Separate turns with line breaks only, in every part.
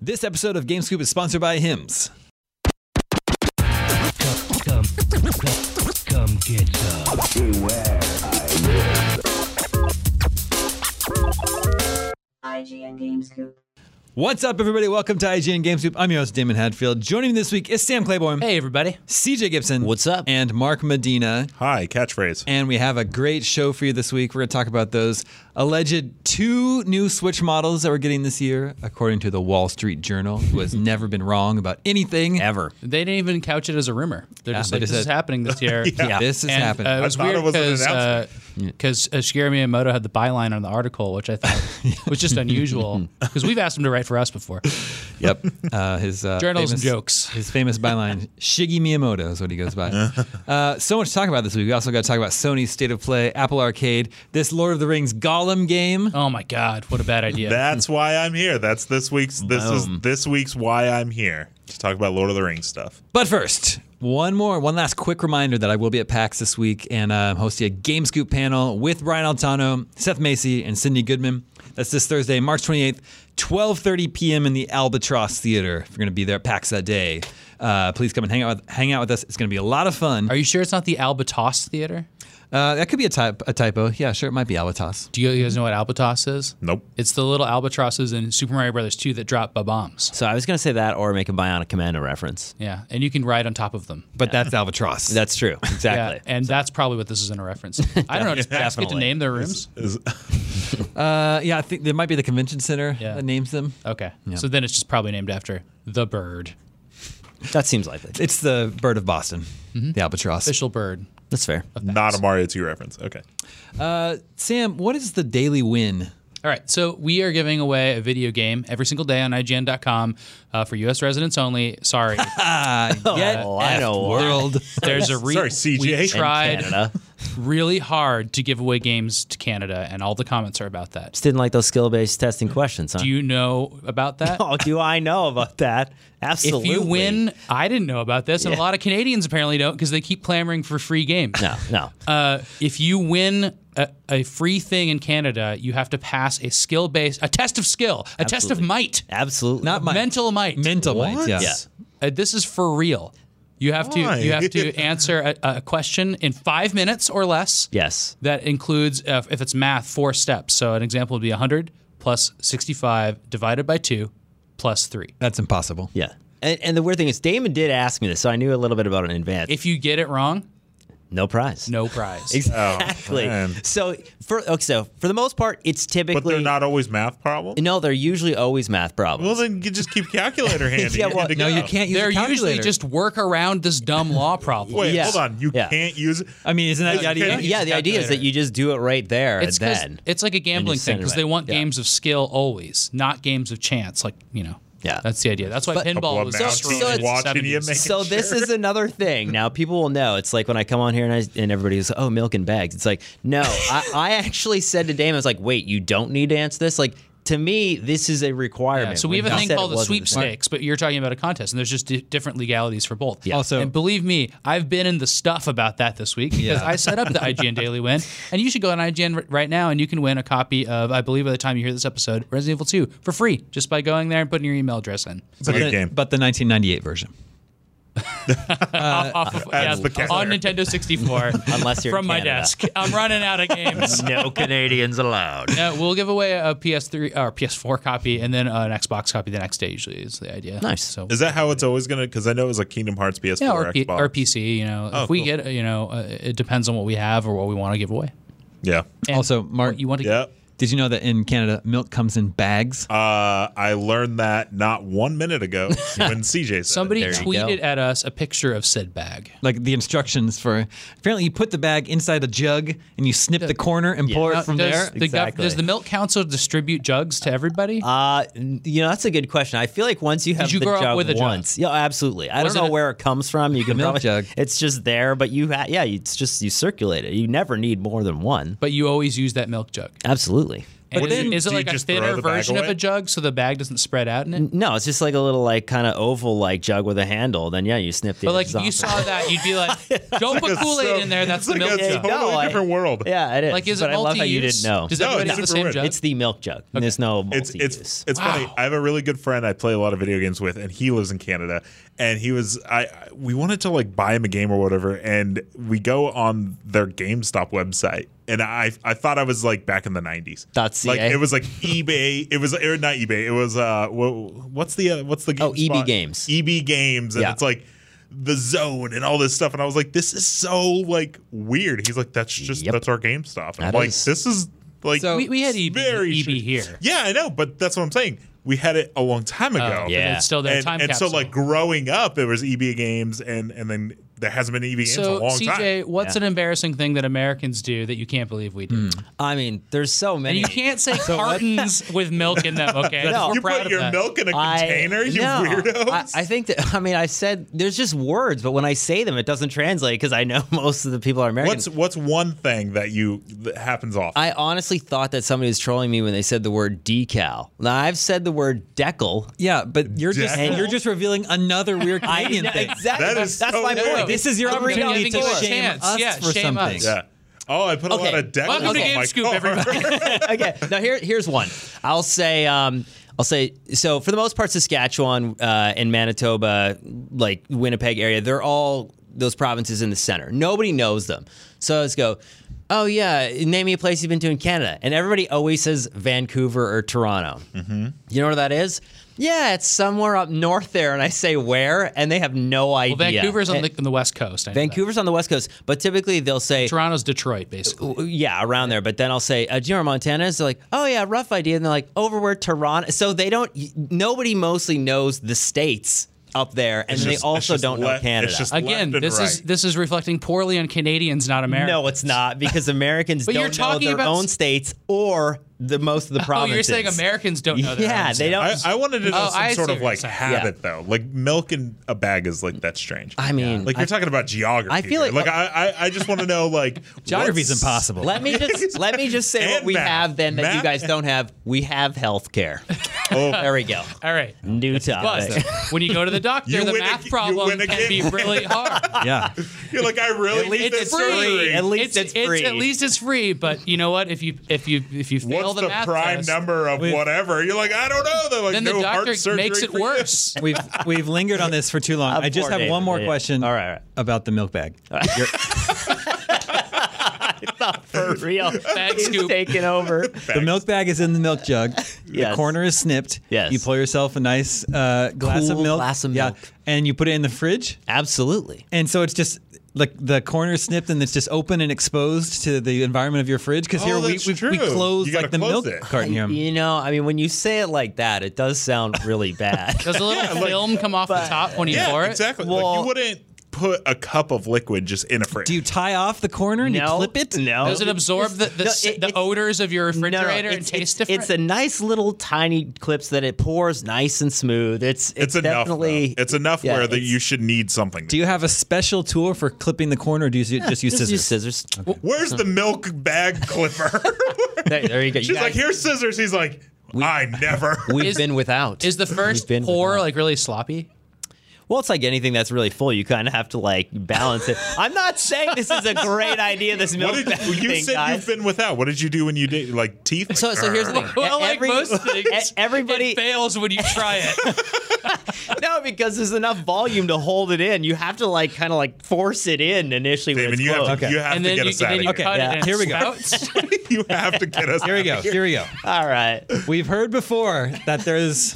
This episode of Game Scoop is sponsored by Hims.
Come, come, come get some.
IGN Gamescoop.
What's up, everybody? Welcome to IGN Game Scoop. I'm your host, Damon Hadfield. Joining me this week is Sam Claiborne,
Hey, everybody.
CJ Gibson,
What's up?
and Mark Medina.
Hi, catchphrase.
And we have a great show for you this week. We're going to talk about those alleged two new Switch models that we're getting this year, according to the Wall Street Journal, who has never been wrong about anything ever.
They didn't even couch it as a rumor. They're
Yeah,
just
they
like,
just
this is
said-
happening this year.
Yeah. This is
And,
happening.
Uh, it
I
was
thought
weird
it was an
because uh, 'cause, uh, Shigeru Miyamoto had the byline on the article, which I thought was just unusual because we've asked him to write for us before.
Yep. Uh, his uh,
Journalism
famous-
jokes.
His famous byline, Shiggy Miyamoto, is what he goes by. Uh, so much to talk about this week. We also got to talk about Sony's State of Play, Apple Arcade, this Lord of the Rings Gollum game.
Oh my God, what a bad idea.
That's why I'm here. That's this week's. This is this week's why I'm here to talk about Lord of the Rings stuff.
But first, one more, one last quick reminder that I will be at PAX this week and uh, hosting a Game Scoop panel with Brian Altano, Seth Macy, and Cindy Goodman. That's this Thursday, March 28th, 12:30 p.m. in the Albatross Theater. If you're going to be there at PAX that day, uh, please come and hang out with hang out with us. It's going to be a lot of fun.
Are you sure it's not the Albatos Theater?
Uh, that could be a, type, a typo. Yeah, sure, it might be Albatross.
Do you guys know what Albatos is?
Nope.
It's the little albatrosses in Super Mario Brothers 2 that drop bombs.
So I was going to say that or make a Bionic Commando reference.
Yeah, and you can ride on top of them.
But that's Albatross.
That's true. Exactly.
Yeah, and that's probably what this is in a reference. I don't know. Does Pax get to
Definitely.
name their rooms?
Is-
uh, yeah, I think there might be the convention center
Yeah.
that names them.
Okay. So then it's just probably named after the bird,
that seems likely.
It's the bird of Boston, the Albatross.
official bird.
That's fair.
not a Mario 2 reference. Okay.
Sam, what is the daily win?
All right, so we are giving away a video game every single day on IGN.com uh, for U.S. residents only. Sorry,
Get
Oh, I know
effed,
why.
world.
there's a re-
Sorry, CJ.
We
And
tried
Canada.
really hard to give away games to Canada, and all the comments are about that.
Just didn't like those skill based testing questions, huh?
Do you know about that?
oh, do I know about that?
If
Absolutely.
you win, I didn't know about this, and a
Yeah.
lot of Canadians apparently don't because they keep clamoring for free games.
No, no.
Uh, if you win a, a free thing in Canada, you have to pass a skill based, a test of skill, a test of
Absolutely.
might,
Absolutely.
Not my
mental might.
mental might. Yeah.
Yeah.
Uh, this is for real. You have
Why?
to you have to answer a, a question in five minutes or less.
Yes.
That includes uh, if it's math, four steps. So an example would be 100 plus 65 divided by two plus three.
That's impossible.
Yeah. And, and the weird thing is, Damon did ask me this, so I knew a little bit about it in advance.
If you get it wrong,
no prize.
no prize.
Exactly.
Oh, man.
so for okay, so for the most part, it's typically
But they're not always math problems.
No, they're usually always math problems.
Well, then you just keep calculator handy.
Yeah,
You're
well,
good to
No,
go.
you can't use
They're
a calculator.
usually just work around this dumb law problem.
Wait,
Yeah.
hold on. You
Yeah.
can't use.
I mean, isn't that the idea?
can't-
yeah, the idea is that
calculator.
you just do it right there
It's
and
'cause-
then.
it's like a gambling thing
send it
because they
away.
want
Yeah.
games of skill always, not games of chance. Like you know,
Yeah.
that's the idea. That's why
But-
Couple
pinball
of
was
Mounties
destroyed in the
watching you
70s.
make-
so this
Sure.
is another thing. Now people will know. It's like when I come on here and I and everybody goes, "Oh, milk and bags." It's like, no, I, I actually said to Damon, "I was like, wait, you don't need to answer this." Like to me, this is a requirement.
Yeah, so we have
When
a
he
thing
said it
called the
wasn't the same-
sweepstakes, but you're talking about a contest, and there's just di- different legalities for both.
Yeah.
Also-
and believe me, I've been in the stuff about that this week because
Yeah.
I set up the IGN Daily Win, and you should go on IGN r- right now, and you can win a copy of, I believe, by the time you hear this episode, Resident Evil 2 for free just by going there and putting your email address in.
It's a good
but,
game.
but the 1998 version.
Uh,
Off of,
Uh, As the
yeah, on
calendar.
Nintendo 64,
Unless you're in
from my
Canada.
desk. I'm running out of games.
No Canadians allowed.
Uh, we'll give away a PS3 or PS4 copy and then uh, an Xbox copy the next day. Usually is the idea.
Nice.
So
Is that how it's always gonna? Because I know it was like Kingdom Hearts PS4
Yeah, or, P-
Xbox.
or PC. You know, if we get, you know, uh, it depends on what we have or what we want to give away.
Yeah.
also, Mark,
You want to?
Yeah.
did you know that in Canada, milk comes in bags?
Uh, I learned that not one minute ago when CJ said it.
Somebody
There you go.
tweeted at us a picture of said bag.
like the instructions for. Apparently, you put the bag inside a jug and you snip the corner and pour
Now,
it from
does
there.
the gov-
Exactly.
does the milk council distribute jugs to everybody?
Uh, n- you know that's a good question. I feel like once you have
you
the
grow up
jug
with a jug?
once, yeah, absolutely. I
Was
don't
it
know
a-
where it comes from. You can
milk
probably,
jug.
It's just there, but you ha- yeah, it's just you circulate it. You never need more than one.
but you always use that milk jug.
Absolutely.
And
But
is,
then-
is it
Do you
like a
just throw
thinner
the bag
version of
away?
a jug so the bag doesn't spread out in it?
No, it's just like a little like kind of oval like jug with a handle. Then yeah, you snip the
But like
edges
if you
off.
saw that, you'd be like, "Don't put
It's
Kool Aid
so-
in there. That's
it's
the
like
milk
a
jug."
No,
totally
I-
different world.
yeah, it is.
Like, is it
but I love how you
multi-use?
didn't know.
Does
No,
everybody
it's
have the
super
same
weird.
jug?
It's the milk jug. There's no
It's
multi-use.
it's it's funny.
Wow.
I have a really good friend I play a lot of video games with, and he lives in Canada. And he was I I- we wanted to like buy him a game or whatever, and we go on their GameStop website, and I I thought I was like back in the nineties.
Dot CA.
Like it was like eBay. It was or not eBay. It was uh wha- what's the uh, what's the game
Oh, EB Games.
EB Games, and
Yeah.
it's like. The zone and all this stuff, and I was like, "This is so like weird." He's like, "That's just
Yep.
that's our GameStop." And I'm
That
like,
is-
"This is like
So-
we, we had E EB,
very
EB
strange.
here.
Yeah, I know, but that's what I'm saying. We had it a long time ago.
but
yeah.
it's still their
And,
time
and so
capsule.
like growing up, there was EB games, and and then there hasn't been EB games in a
so
long
CJ,
time.
what's an embarrassing thing that Americans do that you can't believe we do?
I mean, there's so
And
many.
you can't say cartons with milk in them. Okay,
No.
we're
You
proud
put
of
your
that.
milk in a
I-
container, you
no,
weirdos.
I, I think that I mean I said there's just words, but when I say them, it doesn't translate because I know most of the people are American.
what's what's one thing that you that happens often?
I honestly thought that somebody was trolling me when they said the word decal. Now I've said the word decal.
Yeah, but you're just
Jackal.
you're just revealing another weird Canadian thing.
Exactly.
That is
That's
so
my
weird.
point.
This is your
I'm
opportunity
giving
to
you a
shame
chance.
us
Yeah,
for
shame
something.
us.
yeah. Oh, I put a lot
Okay.
of decals
Welcome to
on
Game
my
Scoop,
car.
everybody.
okay. Now here, here's one. I'll say, um, I'll say. So for the most part, Saskatchewan uh, and Manitoba, like Winnipeg area, they're all those provinces in the center. Nobody knows them. So I just go, oh yeah, name me a place you've been to in Canada, and everybody always says Vancouver or Toronto.
Mm-hmm.
You know where that is? Yeah, it's somewhere up north there, and I say where, and they have no idea.
Well, Vancouver's on
And-
the, on the west coast. I know that.
Vancouver's on the west coast, but typically they'll say
Toronto's Detroit, basically.
yeah, around there. But then I'll say, uh, "Do you know where Montana is?" They're like, "Oh yeah, rough idea." And they're like, "Over where Toronto?" So they don't. Nobody mostly knows the states up there, and
It's
they
just- it's
also
just
don't know
left- it's
Canada.
just
Again,
left and
this is
right.
this is reflecting poorly on Canadians, not Americans. Oh,
no, it's not because Americans
But
don't
you're
know
talking
their
about-
own states or the most of the
Oh,
provinces.
you're saying Americans don't know that?
Yeah, they don't.
I,
I,
I wanted to know
Oh,
some
I see
sort
what
of
you're
like
saying.
habit though. Like milk in a bag is like that's strange.
mean,
like you're talking about geography.
I feel
here.
like-
like I I, I just want to know like
Geography's
what's-
impossible.
let me just let me just say what
And
we
math.
have then that you
Math
guys
and-
don't have. We have health care.
Oh,
there we go.
All right.
New
But
topic.
when you go to the doctor,
You
the
win a-
math
you
problem
win a
can be
game.
really hard.
yeah.
You're like, I really need
least
this
it's free.
surgery.
At least it's free.
At least it's free. But you know what? If you if you if you fail
What's
the,
the,
math
prime
test,
number of whatever? You're like, I don't know. They're like,
then
no
the
heart
doctor
surgery
makes it
for you.
worse.
We've we've lingered on this for too long.
Uh,
I just
poor
have
David,
one more
yeah.
question
All right, all right.
about the milk bag.
For real,
Bag
He's
scoop.
taking over.
The milk bag is in the milk jug.
Yes.
The corner is snipped.
Yes.
You pour yourself a nice uh, glass of
Cool
milk.
glass of
yeah.
milk.
And you put it in the fridge.
Absolutely.
And so it's just like the corner is snipped and it's just open and exposed to the environment of your fridge. Because
Oh,
here we,
that's
we, we
true.
close
You gotta
like the
close
milk
it.
carton here.
You know, I mean, when you say it like that, it does sound really bad.
Does a little film come off the top when you
Yeah,
pour it?
exactly. like,
Well-
you wouldn't put a cup of liquid just in a fridge.
Do you tie off the corner and
No.
you clip it?
No.
Does it absorb the the,
No,
s-
it-
the
it's-
odors of your
No,
refrigerator
no,
and
it's,
taste
it's,
different?
it's a nice little tiny clips that it pours nice and smooth. It's it's,
it's enough. though.
definitely
it's enough
yeah,
where that
it's-
you should need something.
Do you have a special tool for clipping the corner or do you ju- just use
just
scissors?
use scissors.
Where's the milk bag clipper?
There, there you go. You
She's
guys-
like, here's scissors. He's like, I never.
We've
Is-
been without.
Is the first
been
pour
without.
like really sloppy?
well, it's like anything that's really full. You kind of have to like balance it. I'm not saying this is a great idea. This
what
milk
did
bag
you, you
thing,
said?
guys.
You've been without. What did you do when you did like teeth?
So,
Like,
so here's the
"Arr."
thing.
Well,
Every-
like most things,
e- everybody
it fails when you try it.
No, because there's enough volume to hold it in. You have to like kind of like force it in initially. when
Damon,
it's
you have, to,
closed.
Okay.
you have
and
to
then
get
you,
us out
then
of
you
here.
Okay,
cut
yeah.
it and
here we go.
spouts.
You have to get us
Here we go. Here we go.
All right.
We've heard before that there's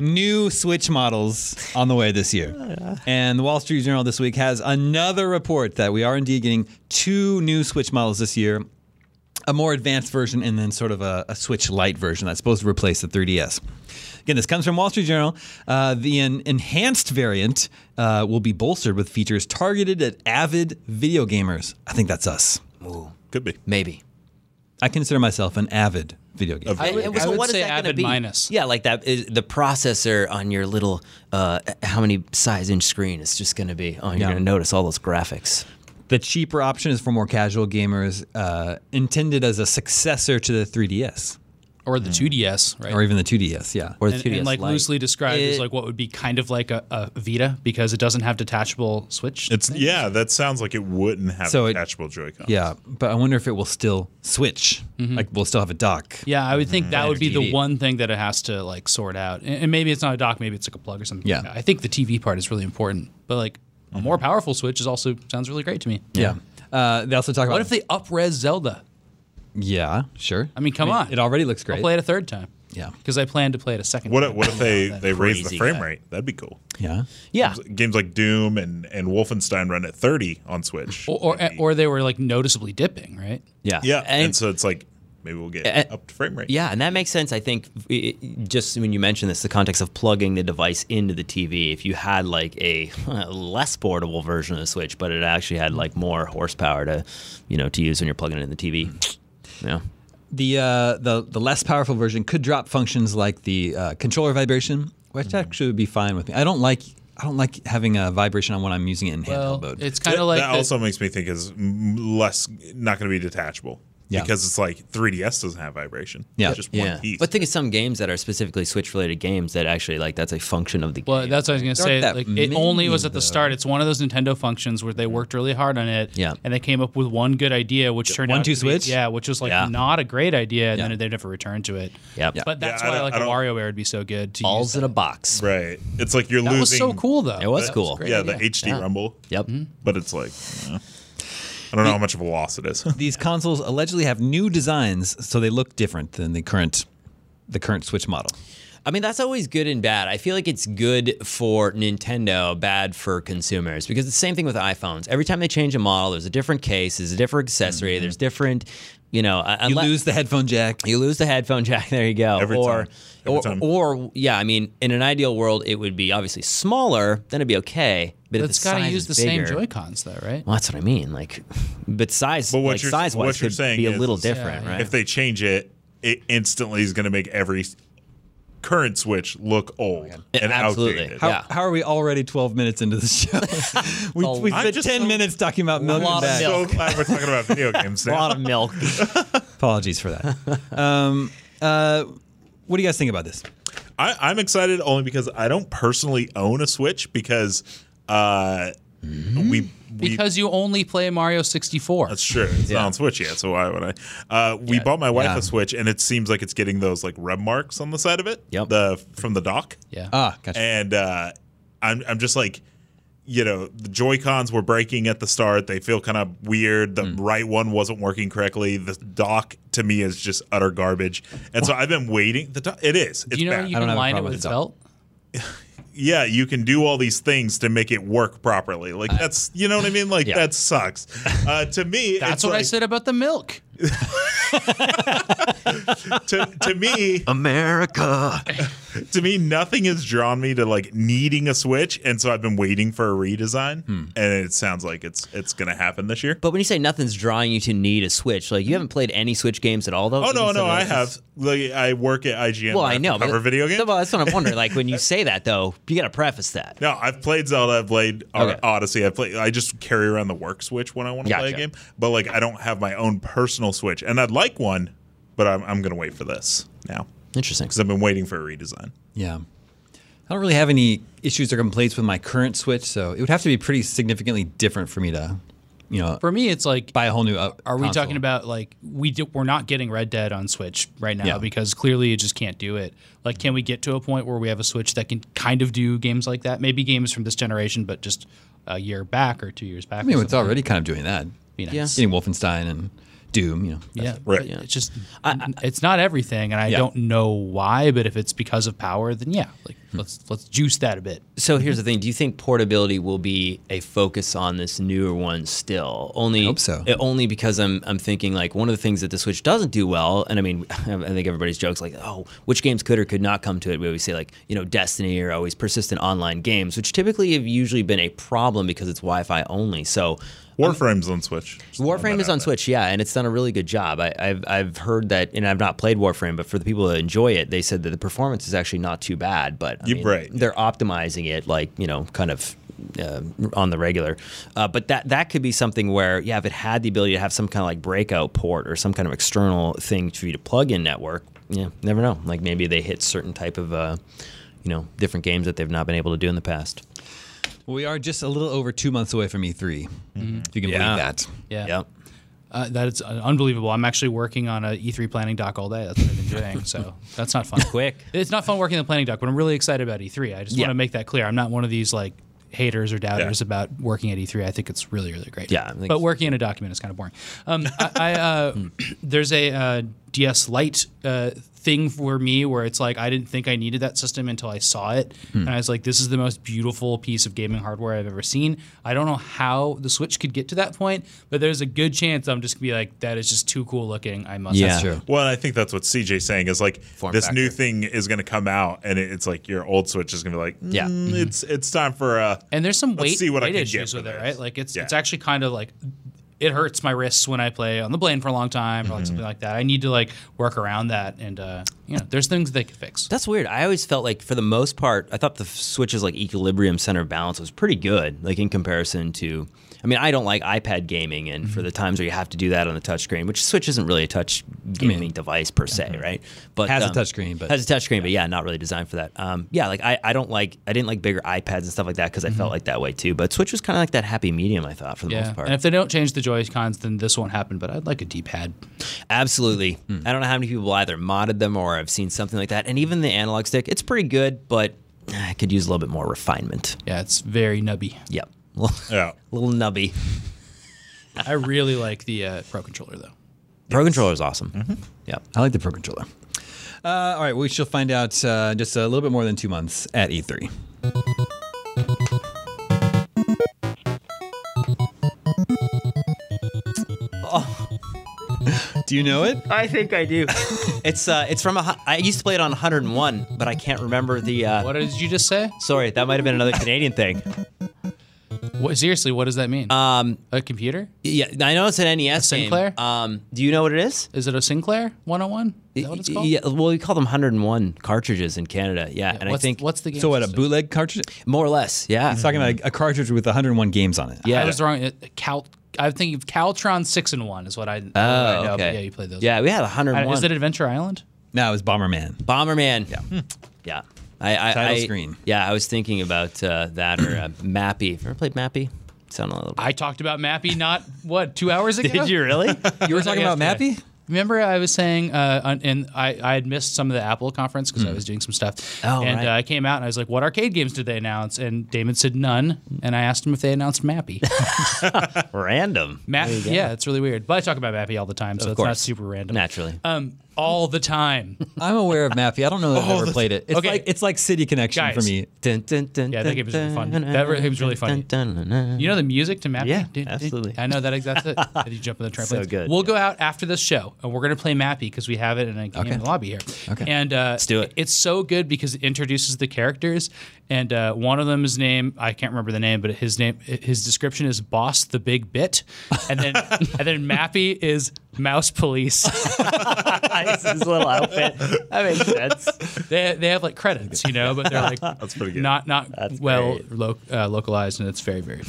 new Switch models on the way this year. And the Wall Street Journal this week has another report that we are indeed getting two new Switch models this year a more advanced version and then sort of a, a Switch Lite version that's supposed to replace the 3DS. Again, this comes from Wall Street Journal. Uh, the en- enhanced variant uh, will be bolstered with features targeted at avid video gamers. I think that's us.
Could be.
Maybe.
I consider myself an avid video gamer.
I would-
I would say avid minus.
Yeah, like that. Is the processor on your little uh, how many size inch screen is just going to be? Oh, you're
Yeah.
going to notice all those graphics.
The cheaper option is for more casual gamers, uh, intended as a successor to the 3DS.
or the 2DS, right?
or even the 2DS. Yeah.
Or the
and,
2DS
and, like
Lite.
loosely described as
It-
like what would be kind of like a, a Vita because it doesn't have detachable Switch.
It's yeah, that sounds like it wouldn't have
So it-
detachable Joy-Con.
yeah, but I wonder if it will still switch. Like we'll still have a dock.
Mm-hmm. yeah, I would think
Mm-hmm.
that would be the
TV.
one thing that it has to like sort out. And, and maybe it's not a dock, maybe it's like a plug or something.
Yeah. Mm-hmm.
like that. I think the TV part is really important, but like a more powerful Switch is also sounds really great to me.
Yeah. Uh, they also talk about
What if they upres Zelda?
yeah, sure.
I mean, come on.
it already looks great.
I'll play it a third time.
Yeah.
Because I plan to play it a second
What if,
time.
what if they they raise the
crazy Ah.
frame
guy.
rate? That'd be cool.
Yeah.
Yeah.
Games like Doom and and Wolfenstein run at 30 on Switch.
or, or,
Maybe.
or they were like noticeably dipping, right?
Yeah.
yeah, and,
And-
so it's like maybe we'll get
Uh,
up to frame rate.
Yeah, and that makes sense. I think i- i- just when you mentioned this, the context of plugging the device into the TV, if you had like a less portable version of the Switch, but it actually had like more horsepower to, you know, to use when you're plugging it in the TV.
Mm.
Yeah.
The uh, the the less powerful version could drop functions like the uh, controller vibration, which
Mm-hmm.
actually would be fine with me. I don't like I don't like having a vibration on when I'm using it in
Well,
handheld mode.
it's kind of like
that
the-
also makes me think is m- less not going to be detachable.
Yeah.
Because it's like 3DS doesn't have vibration.
Yeah.
It's just one piece.
But think of some games that are specifically Switch related games that actually like that's a function of the
Well,
game.
that's what I was gonna
There
say.
aren't that
Like, it
many,
only was at
though.
the start. It's one of those Nintendo functions where they worked really hard on it.
Yeah.
And they came up with one good idea, which turned
one,
out
two,
to
switch?
Be, yeah, which was like
Yeah.
not a great idea, and
Yeah.
then they never returned to it.
Yep. Yeah.
But that's
Yeah, I
why
don't-
like
I
a
don't-
WarioWare would be so good. To
balls
use.
in a box.
right. It's like you're
That
losing.
was so cool though.
It was
That
cool.
a great Mm.
Yeah,
idea.
the HD
Yeah.
Rumble.
Yep.
But it's like, eh. I don't know how much of a loss it is.
These consoles allegedly have new designs, so they look different than the current the current Switch model.
I mean, that's always good and bad. I feel like it's good for Nintendo, bad for consumers because it's the same thing with iPhones. Every time they change a model, there's a different case, there's a different accessory,
Mm-hmm.
there's different, you know, uh,
You
unle-
lose the headphone jack.
you lose the headphone jack. There you go.
Every
or,
time. Every
or,
time.
or yeah. I mean, in an ideal world, it would be obviously smaller. Then it'd be okay. But
But
if
it's
the
got to
size
use
is
the
bigger,
same Joy Cons though, right?
Well, that's what I mean. Like, but size,
But what
like
you're-
size
what
wise,
you're
could
saying
be a
is-
little different,
Yeah,
right?
if they change it, it instantly is going to make every current Switch look old and
Absolutely.
outdated.
How,
Yeah.
how are we already 12 minutes into the show? we, we
I'm
spent
just
10
so-
minutes talking about milk
lot
and
of
bags.
milk.
so glad we're talking about video games
a
now.
lot of milk.
Apologies for that. um, uh, what do you guys think about this?
I, I'm excited only because I don't personally own a Switch because uh, we, we
Because you only play Mario 64.
That's true. It's not on Switch yet, so why would I? Uh, we bought my wife
Yeah.
a Switch, and it seems like it's getting those like rub marks on the side of it.
Yep.
The from the dock.
yeah.
Ah, gotcha.
And uh, I'm I'm just like, you know, the Joy Cons were breaking at the start. They feel kind of weird.
Mm.
The right one wasn't working correctly. The dock to me is just utter garbage. And so I've been waiting. The dock, it is. It's
Do you know
bad.
you
I don't
can
have a
line it
problem
with
with it,
felt?
yeah, you can do all these things to make it work properly.
Uh,
Like that's you know what I mean. Like that sucks. Uh, to me,
That's
it's
what I
like-
said about the milk.
to, to me america to me nothing has drawn me to like needing a switch and so i've been waiting for a redesign
Hmm.
and it sounds like it's it's gonna happen this year
But when you say nothing's drawing you to need a Switch, like you haven't played any Switch games at all, though.
oh
Even
no no
some of
i
those-
have like i work at ign
Well,
where
I know.
cover
but-
video games
Well, that's what I'm wondering. Like when you say that, though, you got to preface that.
no, I've played Zelda, I've played Ar-
Okay.
Odyssey, I play I just carry around the work switch when I want to play a
Gotcha.
game. But like I don't have my own personal switch. And I'd like one, but I'm I'm gonna wait for this now.
Interesting.
Because I've been waiting for a redesign.
yeah. I don't really have any issues or complaints with my current Switch, so it would have to be pretty significantly different for me to, you know,
For me, it's like
buy a whole new. Uh,
Are we talking about like we do, we're not getting Red Dead on Switch right now
Yeah.
because clearly you just can't do it. Like, can we get to a point where we have a Switch that can kind of do games like that? Maybe games from this generation, but just a year back or two years back.
I mean, it's already kind of doing that.
you know,
Yeah.
Getting Wolfenstein and Doom, you know.
yeah,
Right.
right. It's just it's not everything, and I don't know why. But if it's because of power, then yeah, like
Hmm.
let's let's juice that a bit.
So here's the thing: Do you think portability will be a focus on this newer one still? Only,
hope so.
uh, Only because I'm I'm thinking like one of the things that the Switch doesn't do well, and I mean, I think everybody's jokes like, oh, which games could or could not come to it. We always say like, you know, Destiny or always persistent online games, which typically have usually been a problem because it's Wi-Fi only. So
Warframe's on Switch. Just throwing
Warframe
that
is
out
on
there.
Switch, yeah, and it's done a really good job. I, I've I've heard that, and I've not played Warframe, but for the people that enjoy it, they said that the performance is actually not too bad. But I
You're
mean,
right.
they're optimizing it, like you know, kind of. Uh, on the regular, uh, but that that could be something where yeah, if it had the ability to have some kind of like breakout port or some kind of external thing for you to plug in network, yeah, never know. Like maybe they hit certain type of, uh, you know, different games that they've not been able to do in the past.
We are just a little over two months away from E3. If you can
Yeah.
believe that.
Yeah.
Yep.
Uh, that is uh, unbelievable. I'm actually working on a E3 planning doc all day. That's what I've been doing. So that's not fun.
Quick.
It's not fun working the planning doc, but I'm really excited about E3. I just
Yeah.
want to make that clear. I'm not one of these like haters or doubters about working at E3. I think it's really, really great.
Yeah, I think
But
so,
working in a document is kind of boring. Um, I, I uh, there's a uh, DS Lite uh, thing for me where it's like I didn't think I needed that system until I saw it, and I was like, this is the most beautiful piece of gaming hardware I've ever seen. I don't know how the Switch could get to that point, but there's a good chance I'm just gonna be like, that is just too cool looking. I must.
Yeah.
have it."
true.
Well, and I think that's what CJ's saying is like
Form
this new
factor.
thing is going to come out, and it- it's like your old Switch is going to be like,
Yeah. Mm-hmm.
"Mm, it's it's time for uh,
And there's some
Let's
weight,
see what I
weight
can get
issues
for
with it,
this.
right? Like it's it's
Yeah.
actually kind of like it hurts my wrists when I play on the plane for a long time or like something like that. I need to like work around that, and uh, you know, there's things they can fix.
That's weird. I always felt like, for the most part, I thought the Switch's like equilibrium center balance was pretty good, like in comparison to. I mean, I don't like iPad gaming, and for the times where you have to do that on the touchscreen, which Switch isn't really a touch gaming device per se, right? But um,
Has a touchscreen, but-
has a touchscreen, but yeah, not really designed for that. Um, yeah, like I, I don't like, I didn't like bigger iPads and stuff like that because I felt like that way too. But Switch was kind of like that happy medium, I thought, for the
yeah,
most part.
and if they don't change the Joy Cons, then this won't happen. But I'd like a D-pad.
Absolutely. I don't know how many people either modded them or have seen something like that. And even the analog stick, it's pretty good, but ah, I could use a little bit more refinement.
Yeah, it's very nubby.
Yep. Little,
yeah,
little nubby.
I really like the uh, Pro controller though.
Pro controller is awesome.
Mm-hmm.
Yep.
I like the Pro Controller. Uh, all right, we shall find out uh, just a little bit more than two months at E E3. Do you know it?
I think I do. it's uh, it's from a. hu- I used to play it on 101, but I can't remember the. Uh,
What did you just say?
Sorry, that might have been another Canadian thing.
What, seriously, what does that mean?
Um,
a computer?
yeah, I know it's an NES
A
game.
Sinclair?
Um, do you know what it is?
Is it a Sinclair 101? Is that what it's called?
Yeah, well, we call them 101 cartridges in Canada. Yeah, and
what's,
I think
what's the game?
So what, a
system?
bootleg cartridge?
more or less. Yeah.
Talking about a, a cartridge with 101 games on it.
Yeah.
I was wrong. It- Cal, I'm thinking of Caltron six and one is what I. Oh,
Oh, okay.
Yeah, you played those.
Yeah, we had
Uh,
101.
Is it Adventure Island?
No, it was Bomberman.
Bomberman? Yeah. Yeah. I, I,
Title
I-
screen.
Yeah, I was thinking about uh, that or uh, Mappy. Have you ever played Mappy? Sound a little bit.
I talked about Mappy not what two hours ago.
really?
You were talking about
yesterday.
Mappy?
Remember, I was saying, uh, on- and I, I had missed some of the Apple conference because I was doing some stuff.
Hmm. Oh,
and
right.
uh, I came out and I was like, "What arcade games did they announce?" And Damon said none. And I asked him if they announced Mappy.
Random.
Mappy, yeah, it's really weird. But I talk about Mappy all the time, so it's not
course.
super random.
Naturally.
Um, all the time.
I'm aware of Mappy. I don't know that I've ever played it. It's
Oh, okay.
like it's like City Connection
Guys.
for me.
Dun, dun, dun,
Yeah, that
dun,
game was really fun.
dun,
That re- it was really
dun,
funny.
dun, dun, dun.
You know the music to Mappy?
Yeah,
Dun, dun.
absolutely.
I know that exactly. Did you jump on the trampoline?
So good.
We'll go out after this show and we're going to play Mappy because we have it in a game in the lobby here. Okay. And uh, Let's
do it.
It's so good because it introduces the characters, and uh, one of them is named I can't remember the name, but his name his description is Boss the Big Bit, and then and then Mappy is Mouse Police.
Nice, his little outfit. That makes sense.
they they have like credits, you know, but they're like That's
pretty good.
not not well lo- uh, localized, and it's very very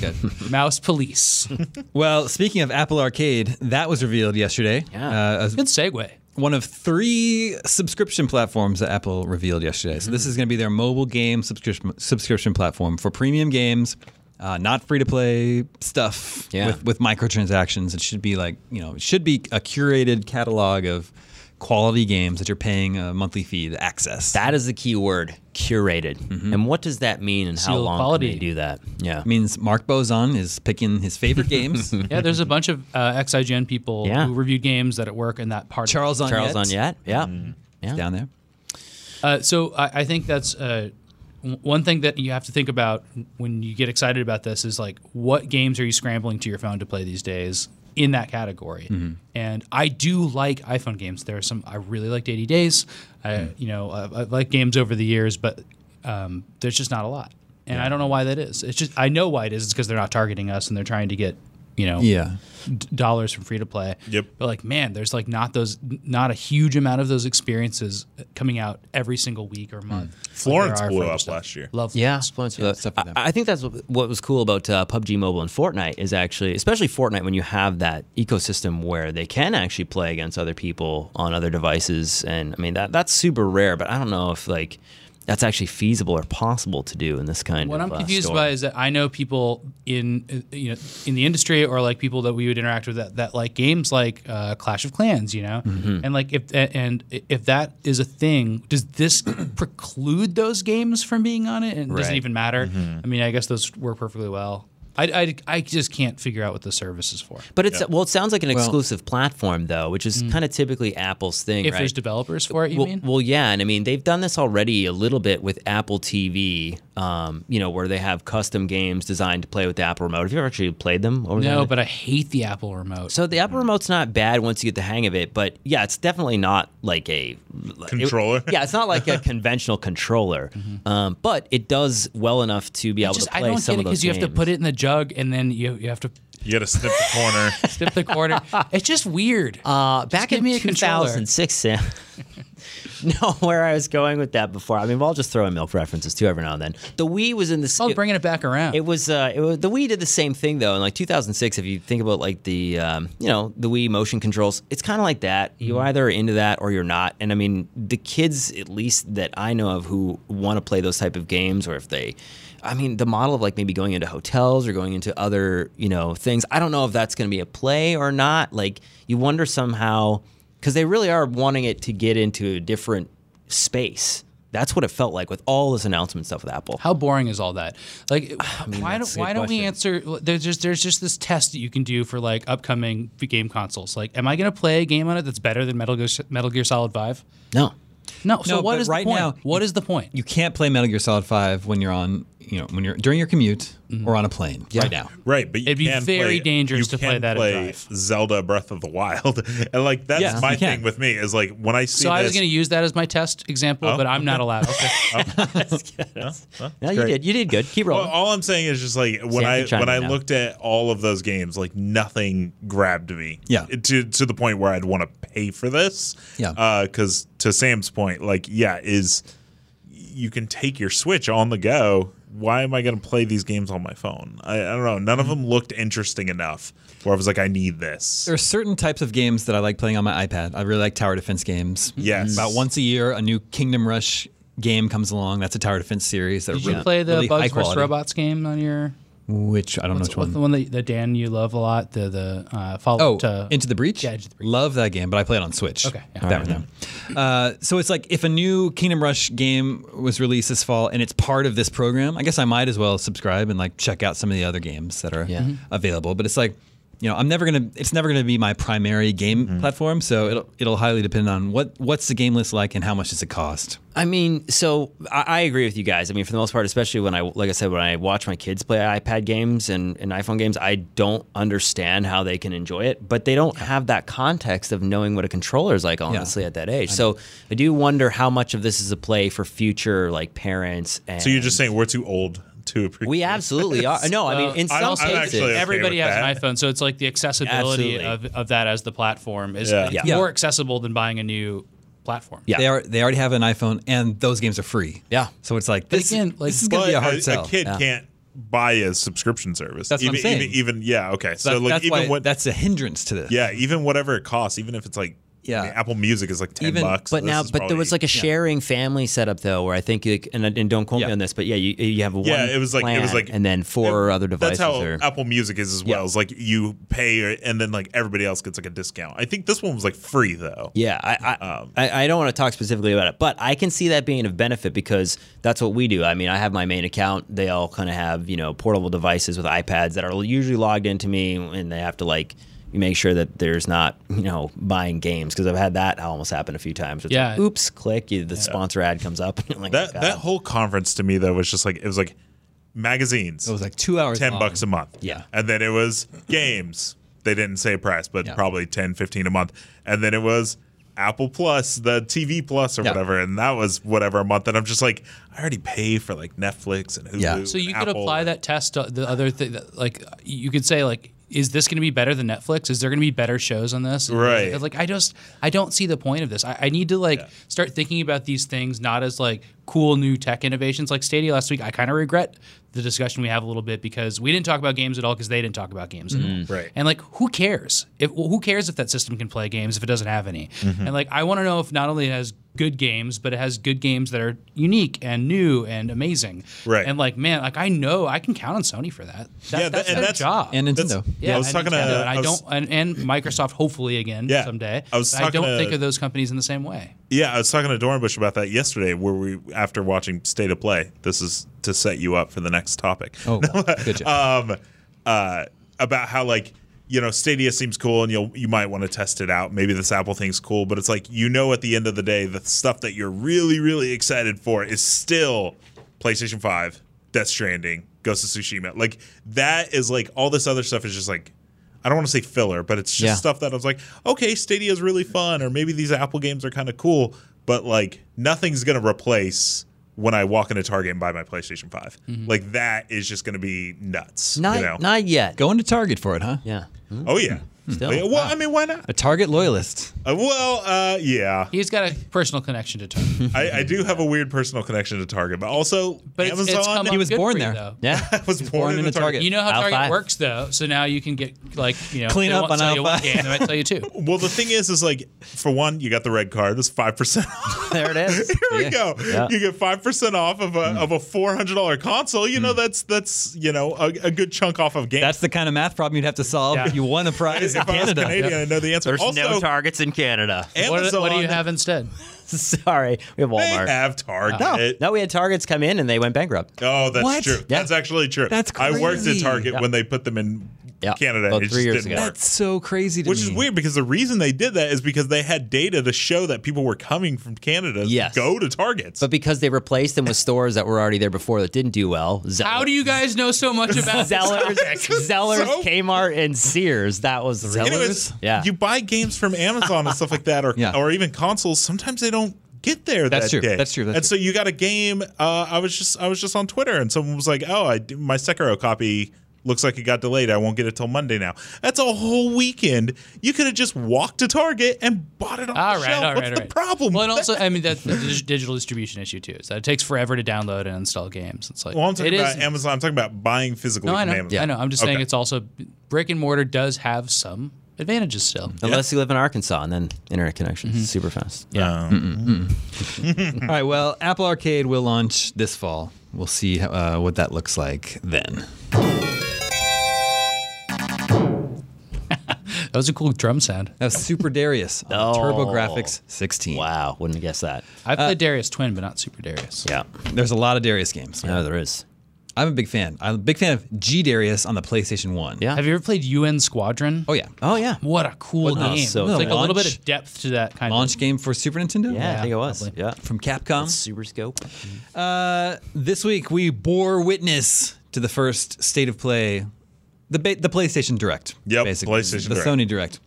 good.
Mouse Police.
Well, speaking of Apple Arcade, that was revealed yesterday.
Yeah.
Uh, as
Good segue.
one of three subscription platforms that Apple revealed yesterday. So
Hmm.
this is going to be their mobile game subscription subscription platform for premium games, uh, not free to play stuff
Yeah.
with, with microtransactions. It should be like you know, it should be a curated catalog of quality games that you're paying a monthly fee to access.
That is the key word curated. And what does that mean and how
Seal
long
quality.
can they do that? Yeah.
means Mark Bozon is picking his favorite games.
Yeah, there's a bunch of uh, XIGN people
Yeah.
who reviewed games that at work in that part. of-
Charles on
Charles on yet? Yeah. Yeah.
down there.
Uh, so I, I think that's uh, w- one thing that you have to think about when you get excited about this is like, what games are you scrambling to your phone to play these days in that category? And I do like iPhone games. There are some I really liked 80 Days. I you know I, I like games over the years, but um, there's just not a lot. And I don't know why that is. It's just I know why it is. It's because they're not targeting us and they're trying to get you know,
Yeah.
d- dollars from free to play.
Yep.
But like, man, there's like not those, not a huge amount of those experiences coming out every single week or month. Like, there
Hmm. Florence
are
blew
for other
up
stuff.
last year.
Love
Yeah,
Florence.
except for
I,
them.
I think that's what what was cool about uh, PUBG Mobile and Fortnite is actually, especially Fortnite, when you have that ecosystem where they can actually play against other people on other devices, and I mean that that's super rare. But I don't know if like that's actually feasible or possible to do in this kind
What
of.
I'm
uh,
confused
store.
by is that I know people in uh, you know in the industry or like people that we would interact with that, that like games like uh, Clash of Clans, you know, and like if a- and if that is a thing, does this preclude those games from being on it? And it doesn't
Right.
even matter.
Mm-hmm.
I mean, I guess those work perfectly well. I, I, I just can't figure out what the service is for.
But it's well, it sounds like an exclusive platform though, which is kind of typically Apple's thing,
Mm. If
right?
there's developers for it, you
well,
mean?
well, yeah, and I mean they've done this already a little bit with Apple TV, um, you know, where they have custom games designed to play with the Apple Remote. Have you ever actually played them? Over
no,
there?
but I hate the Apple remote.
so the Apple Remote's not bad once you get the hang of it, but yeah, it's definitely not like a
Controller?
yeah, it's not like a conventional controller, um, but it does well enough to be able
just
to
Mm-hmm. I
play
don't
some
get it
of those
because you have to
games.
put it in the jug and then you you have to
You got to snip the corner.
dip the corner. it's just weird.
Uh, back
give
in
me a controller.
2006, Sam. no, where I was going with that before. I mean, we'll just throw in milk references too every now and then. The Wii was in the.
Oh,
it,
bringing it back around.
it was, uh, it was the Wii did the same thing though in like 2006. If you think about like the um, you know the Wii motion controls, it's kind of like that. You either are into that or you're not. And I mean, the kids at least that I know of who want to play those type of games, or if they, I mean, the model of like maybe going into hotels or going into other you know things. I don't know if that's going to be a play or not. Like you wonder somehow because they really are wanting it to get into a different space. That's what it felt like with all this announcement stuff with Apple.
How boring is all that? Like, why don't
that's a good
why don't we
question.
answer? There's just there's just this test that you can do for like upcoming game consoles. Like, am I going to play a game on it that's better than Metal Gear, Metal Gear Solid Five?
No.
No.
No,
So what
but
is
right
the point?
now-
what is the point?
You can't play Metal Gear Solid Five when you're on, you know, when you're during your commute
Mm-hmm.
or on a plane right now.
Right, but you
It'd be
can
very
play-
dangerous
you
to play
can
that in
play
Drive.
Zelda Breath of the Wild, and like that's
Yes,
my
you can.
thing with me is like when I see.
so I was
this-
going to use that as my test example, but I'm not allowed. Oh, Okay.
No, you did. You did good. Keep
Well, uh,
rolling.
all I'm saying is just like when
Sam,
I
you're chiming
when I
now.
looked at all of those games, like nothing grabbed me.
Yeah.
It- To to the point where I'd want to pay for this.
Yeah.
Because to Sam's point, like yeah, is you can take your Switch on the go. Why am I going to play these games on my phone? I, I don't know. None of
Mm-hmm.
them looked interesting enough where I was like, I need this.
There are certain types of games that I like playing on my iPad. I really like tower defense games.
Mm-hmm.
Yes.
About once a year, a new Kingdom Rush game comes along. That's a tower defense series. That
Did
really,
you play the
really high
Bugs vs
quality.
Robots game on your?
Which I don't know which one.
What's the one that, that Dan you love a lot? The the uh,
Oh,
follow up to
Into the Breach.
Yeah, Into the Breach.
Love that game, but I play it on Switch.
Okay, yeah.
that one. Uh, so it's like if a new Kingdom Rush game was released this fall and it's part of this program, I guess I might as well subscribe and like check out some of the other games that are
Mm-hmm.
available. But it's like, you know, I'm never gonna. It's never gonna be my primary game
Mm-hmm.
platform. So it'll it'll highly depend on what what's the game list like and how much does it cost.
I mean, so I, I agree with you guys. I mean, for the most part, especially when I, like I said, when I watch my kids play iPad games and, and iPhone games, I don't understand how they can enjoy it, but they don't have that context of knowing what a controller is like, honestly, at that age. so I do wonder how much of this is a play for future like parents. And
so you're just saying we're too old to appreciate.
we absolutely are. No, I mean, in
I'm-
some
I'm
cases,
actually- okay
everybody
with
has an
that.
iPhone, so it's like the accessibility of,
Absolutely.
of that as the platform is
Yeah.
it's
Yeah.
more accessible than buying a new platform.
Yeah.
They are they already have an iPhone and those games are free.
Yeah.
So it's like this,
again, like-
this is gonna be a
But
hard sell.
kid can't buy a subscription service.
That's what I'm
even,
saying.
Even, even yeah, okay. So,
That-
like
that's
even
why
what
that's a hindrance to this.
yeah, even whatever it costs, even if it's like
Yeah.
I mean, Apple Music is like ten
Even-
bucks.
But
this
now,
is
but there was like
probably-
a sharing family setup though, where I think, you, and, and don't quote
Yeah.
me on this, but yeah, you, you have one
yeah, it was like it was
plan
like
and then four
it-
other devices.
That's how
or,
Apple Music is as well. It's like you pay and then like everybody else gets like a discount. I think this one was like free though.
Yeah, I I,
Um,
I I don't want to talk specifically about it, but I can see that being of benefit because that's what we do. I mean, I have my main account. They all kind of have you know portable devices with iPads that are usually logged into me, and they have to like make sure that there's not you know buying games because I've had that almost happen a few times. It's
Yeah.
like, oops, click you, the sponsor ad comes up. And like,
That
oh,
that
God.
whole conference to me though was just like it was like magazines.
It was like two hours.
10
long.
bucks a month.
Yeah.
And then it was games. They didn't say price, but probably 10, 15 a month. And then it was Apple Plus, the TV Plus or
Yeah.
whatever. And that was whatever a month. And I'm just like, I already pay for like Netflix and Hulu.
Yeah.
and
So you could
Apple.
apply that test to the other thing, that, like you could say like is this going to be better than Netflix? Is there going to be better shows on this? And,
Right.
Like I just I don't see the point of this. I, I need to like start thinking about these things not as like cool new tech innovations like Stadia last week. I kind of regret the discussion we have a little bit because we didn't talk about games at all because they didn't talk about games at all.
Mm-hmm. Right.
And like who cares? If well, who cares if that system can play games if it doesn't have any?
Mm-hmm.
And like I want to know if not only it has good games but it has good games that are unique and new and amazing.
Right.
And like man, like I know I can count on Sony for that. that
Yeah,
that's
and
their
that's-
job.
and Nintendo.
That's- Yeah, I was
and
talking to.
Nintendo, and I,
was-
don't and, and Microsoft hopefully again
Yeah,
someday.
I was
But I
talking
don't
to-
think of those companies in the same way.
Yeah, I was talking to Dornbush about that yesterday, where we after watching State of Play. This is to set you up for the next topic.
Oh, good job.
um, uh, about how like you know Stadia seems cool and you you might want to test it out. Maybe this Apple thing's cool, but it's like you know at the end of the day, the stuff that you're really really excited for is still PlayStation Five, Death Stranding, Ghost of Tsushima. Like that is like all this other stuff is just like. I don't want to say filler, but it's just
Yeah.
stuff that I was like, okay, Stadia is really fun, or maybe these Apple games are kind of cool, but like nothing's gonna replace when I walk into Target and buy my PlayStation 5 Like that is just gonna be nuts.
Not,
you know?
not yet.
Going to Target for it, huh?
Yeah.
Oh yeah.
Still.
Like, well, I mean, why not?
A Target loyalist.
Uh, well, uh, yeah.
He's got a personal connection to Target,
I, I do have a weird personal connection to Target, but also
but it's,
Amazon.
it's come
He
up
was
good
born
for you,
there.
though.
Yeah.
I was born,
born
in
in a
a Target.
Target.
You know how
Aisle
Target
five.
works though, so now you can get like you know
Clean
they
up
won't
on
sell
aisle
you one
five.
game, they might sell you two.
Well, the thing is, is like for one, you got the red card. It's five percent.
There it is.
Here we go.
Yeah. Hmm.
You get five percent off of a of a four hundred dollar console. You know that's that's you know a, a good chunk off of games.
That's the kind of math problem you'd have to solve
Yeah.
if you won a prize
if
in
I was
Canada.
Canadian, I know the answer.
There's
also,
no targets in Canada.
What,
Amazon,
do- what do you have instead?
Sorry. We have
They
Walmart.
have Target.
no, no, we had targets come in and they went bankrupt.
Oh, that's
What?
true.
Yeah.
That's actually true.
That's
I worked at
crazy.
Target when they put them in
Yeah.
Canada.
About
it just
three years
didn't
ago.
work.
That's so crazy to
Which
me.
is weird because the reason they did that is because they had data to show that people were coming from Canada
Yes.
to go to Targets.
But because they replaced them with stores that were already there before that didn't do well, Zell-
How do you guys know so much about
Zellers, Zellers,
So-
Kmart, and Sears? That was the reason.
Anyways,
yeah.
you buy games from Amazon and stuff like that, or
Yeah.
or even consoles. Sometimes they don't get there
That's
that
true.
day.
That's true. That's
and so you got a game. Uh, I was just I was just on Twitter, and someone was like, "Oh, I d- my Sekiro copy." Looks like it got delayed. I won't get it till Monday now. That's a whole weekend. You could have just walked to Target and bought it off
All
the
right,
shelf.
all right,
What's
all
the
right.
problem?
Well, and also, I mean, that's the dig- digital distribution issue too. Is that it takes forever to download and install games. It's like
Well, I'm talking
it
about
is-
Amazon. I'm talking about buying physically
No, I
from
know.
Amazon.
I know. I'm just saying
Okay.
it's also brick and mortar does have some advantages still.
Unless you live in Arkansas and then internet connection is super fast.
All right, well, Apple Arcade will launch this fall. We'll see uh, what that looks like then.
That was a cool drum sound.
That was Super Darius on
Oh.
TurboGrafx 16.
Wow, wouldn't have guessed that.
I've played Darius Twin, but not Super Darius.
Yeah,
There's a lot of Darius games.
no, there is.
I'm a big fan. I'm a big fan of G Darius on the PlayStation 1.
Yeah.
Have you ever played UN Squadron?
Oh, yeah.
Oh yeah,
What a cool
What- oh,
game.
so
it's like
cool.
a little bit
Launch-
of depth to that kind
Launch
of
game for Super Nintendo?
yeah, I think it was.
probably.
Yeah,
From Capcom.
Super Scope.
Uh, this week we bore witness to the first state of play, the ba- the PlayStation Direct.
Yep, PlayStation
the
Direct.
Sony Direct.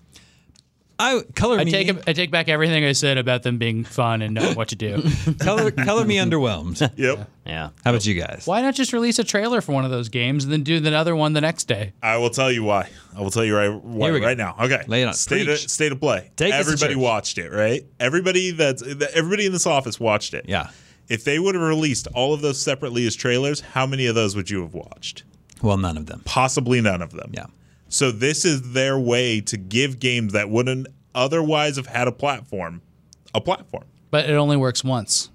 I color
I
me
take I take back everything I said about them being fun and knowing what to do.
color color me underwhelmed.
Yep.
Yeah,
How about you guys?
Why not just release a trailer for one of those games and then do another one the next day?
I will tell you why. I will tell you right why
Here we go.
right now. Okay.
Lay it on.
State of,
Preach.
state of play.
Take us to
everybody
church.
watched it, right? Everybody that's that- everybody in this office watched it.
Yeah.
If they would have released all of those separately as trailers, how many of those would you have watched?
Well, none of them.
Possibly none of them.
Yeah.
So this is their way to give games that wouldn't otherwise have had a platform a platform.
But it only works once.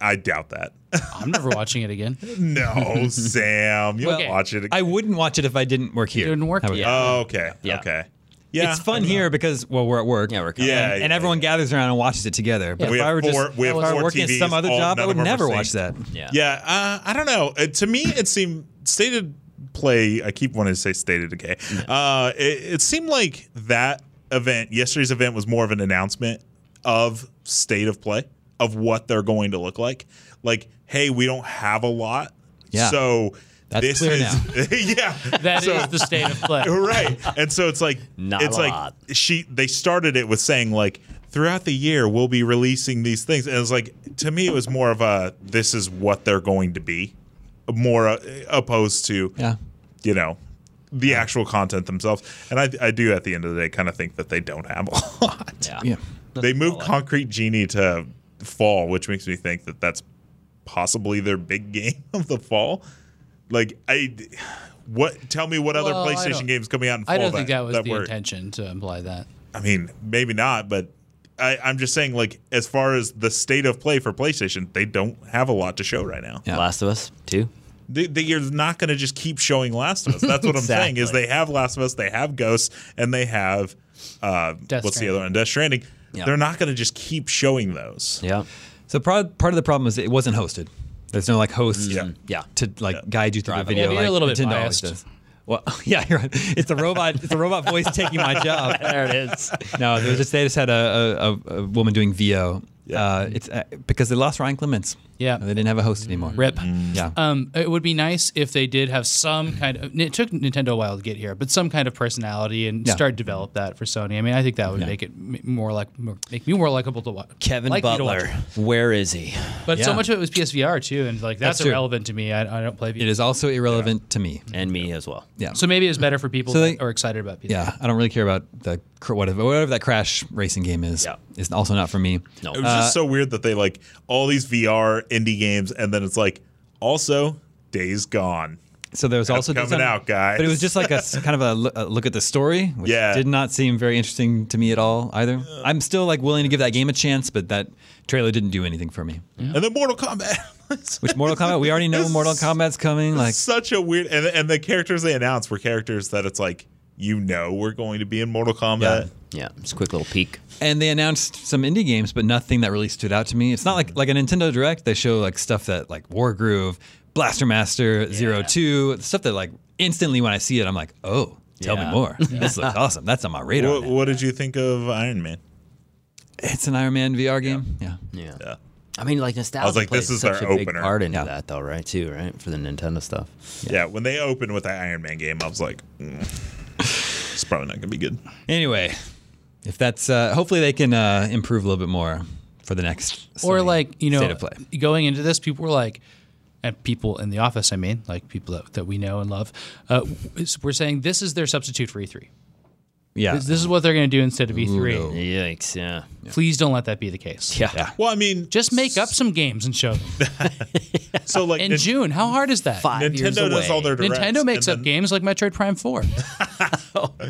I doubt that.
I'm never watching it again. It
no, Sam, you'll
Okay.
watch it.
I wouldn't watch it if I didn't work here.
didn't work.
How about-
yet.
oh, okay.
Yeah.
Okay. Yeah.
It's fun here because well we're at work.
yeah, we're
Yeah.
coming.
and,
yeah,
and everyone gathers around and watches it together. But
We
if
have
I were
four-
just
we have
if I were
four
working at some
TVs,
other
all-
job, I
none
would
of them are
never
synced.
watch that.
Yeah.
Yeah, uh, I don't know. Uh, to me, it seemed state of play. I keep wanting to say state of decay. Uh, it, it seemed like that event, yesterday's event, was more of an announcement of state of play of what they're going to look like. Like, hey, we don't have a lot,
Yeah.
so
That's
this
clear
is yeah.
That is
so-
the state of play.
right. And so it's like
Not
it's
a
like
lot.
she they started it with saying like throughout the year we'll be releasing these things and it's like to me it was more of a this is what they're going to be more uh, opposed to
Yeah.
you know the actual content themselves. And I, I do at the end of the day kind of think that they don't have a lot.
Yeah.
They moved Concrete Genie to fall, which makes me think that that's possibly their big game of the fall. Like I, what? Tell me what other
Well, I
PlayStation
don't-
games coming out in fall?
I don't think that was the
were-
intention to imply that.
I mean, maybe not, but I, I'm just saying, like, as far as the state of play for PlayStation, they don't have a lot to show right now.
Yeah.
Last of Us two.
They, they, you're not going to just keep showing Last of Us. That's what I'm saying. Is
Exactly.
they have Last of Us, they have Ghosts, and they have uh,
Death
what's the
Stranding.
other one? Death Stranding. They're not going to just keep showing those.
Yeah.
So pro- part of the problem is that it wasn't hosted. There's no like hosts
Yeah.
Yeah.
to like guide you through the video.
Yeah, Mm-hmm. you're a
like
little bit
Nintendo always
biased.
does. Well, yeah, you're right. It's a robot. It's a robot voice taking my job.
There it is.
No, there was just, they just had a, a, a, a woman doing VO.
Yeah.
Uh, it's uh, because they lost Ryan Clements.
Yeah.
And they didn't have a host anymore.
Rip.
Yeah.
Um, it would be nice if they did have some kind of. It took Nintendo a while to get here, but some kind of personality and
Yeah.
start to develop that for Sony. I mean, I think that would make it m- more like more, make me more likable to watch.
Kevin
like me to watch.
Butler. Where is he?
But so
Yeah.
much of it was PSVR too, and like that's,
That's true.
irrelevant to me. I, I don't play.
it is also irrelevant to me.
And me as well.
Yeah.
So maybe it's better for people
So they-
that are excited about PSVR.
yeah, I don't really care about the cr- whatever whatever that crash racing game is.
Yeah.
It's also not for me.
No.
It was just so weird that they like all these VR indie games, and then it's like also Days Gone.
So there was also
coming
design-
out, guys.
But it was just like a s- kind of a, lo- a look at the story, which
Yeah.
did not seem very interesting to me at all either. I'm still like willing to give that game a chance, but that trailer didn't do anything for me.
And then Mortal Kombat.
Which Mortal Kombat? We already know
It's
Mortal Kombat's coming. Like
such a weird and and the characters they announced were characters that it's like you know we're going to be in Mortal Kombat.
Yeah.
Yeah. Just a quick little peek.
and they announced some indie games, but nothing that really stood out to me. It's not like like a Nintendo Direct. They show like stuff that like War Groove, Blaster Master Zero Two, stuff that like instantly when I see it, I'm like, oh, tell me
Yeah.
more. This looks awesome. That's on my radar.
What,
now.
what did you think of Iron Man?
It's an Iron Man VR game. Yeah.
Yeah.
Yeah.
I mean, like nostalgia.
I was like,
plays
this is
such
their
a big
opener.
part into
Yeah.
that, though, right? Too right for the Nintendo stuff.
Yeah. when they opened with that Iron Man game, I was like, mm, it's probably not gonna be good.
Anyway, if that's uh, hopefully they can uh, improve a little bit more for the next
or
Sony
like you know
state of play.
going into this people were like and people in the office i mean like people that, that we know and love uh, is- we're saying this is their substitute for e3
Yeah.
this, this is what they're going to do instead of e3
no.
Yikes! Yeah.
please don't let that be the case
Yeah.
Well, I mean,
just make up some games and show them
so like
in
Nin-
june how hard is that
Five years
Nintendo does
away.
all their directs,
Nintendo makes
and
up
then-
games like Metroid Prime 4.
but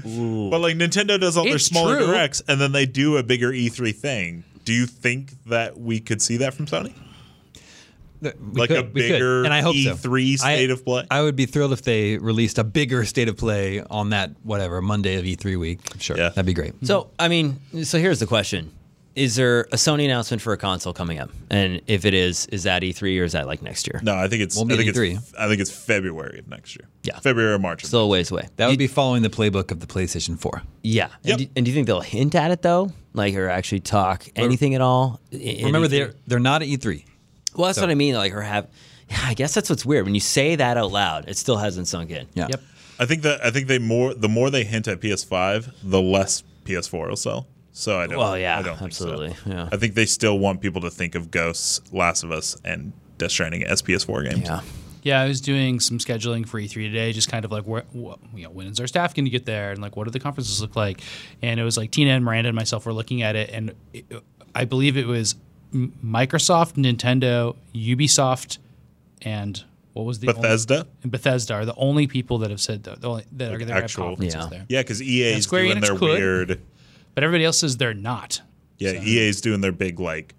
like Nintendo does all their
It's
smaller
true.
directs, and then they do a bigger E3 thing. Do you think that we could see that from Sony?
We
like a
we
bigger
and I hope so.
E3
I-
state of play?
I would be thrilled if they released a bigger state of play on that whatever Monday of E3 week. Sure,
Yeah.
that'd be great.
So I mean, so here's the question: Is there a Sony announcement for a console coming up? And if it is, is that E3 or is that like next year?
No, I think it's. I
Won't be
think
an E3.
it's. I think it's February of next year.
Yeah.
February or March.
Still a ways away.
That would be following the playbook of the PlayStation 4.
yeah.
Yep.
And, do, and do you think they'll hint at it though, like or actually talk anything at all?
Remember,
the.
they're they're not at E E3.
Well, that's
So-
what I mean. Like, or have. Yeah, I guess that's what's weird. When you say that out loud, it still hasn't sunk in.
Yeah.
Yep.
I think that I think they more the more they hint at PS5, the less PS4 will sell. So I don't.
Well, yeah,
I don't think so.
absolutely, yeah.
I think they still want people to think of Ghosts, Last of Us, and Death Stranding as PS4 games.
Yeah.
Yeah, I was doing some scheduling for E3 today, just kind of like where, what, you know, when is our staff going to get there, and like what do the conferences look like? And it was like Tina and Miranda and myself were looking at it, and it, I believe it was M- Microsoft, Nintendo, Ubisoft, and what was the
Bethesda.
Only, and Bethesda are the only people that have said that, the only, that are going to have
actual-
conferences
Yeah.
there.
Yeah, because EA is
Square
doing
Enix
their
could.
weird.
But everybody else says they're not.
Yeah, EA is doing their big like.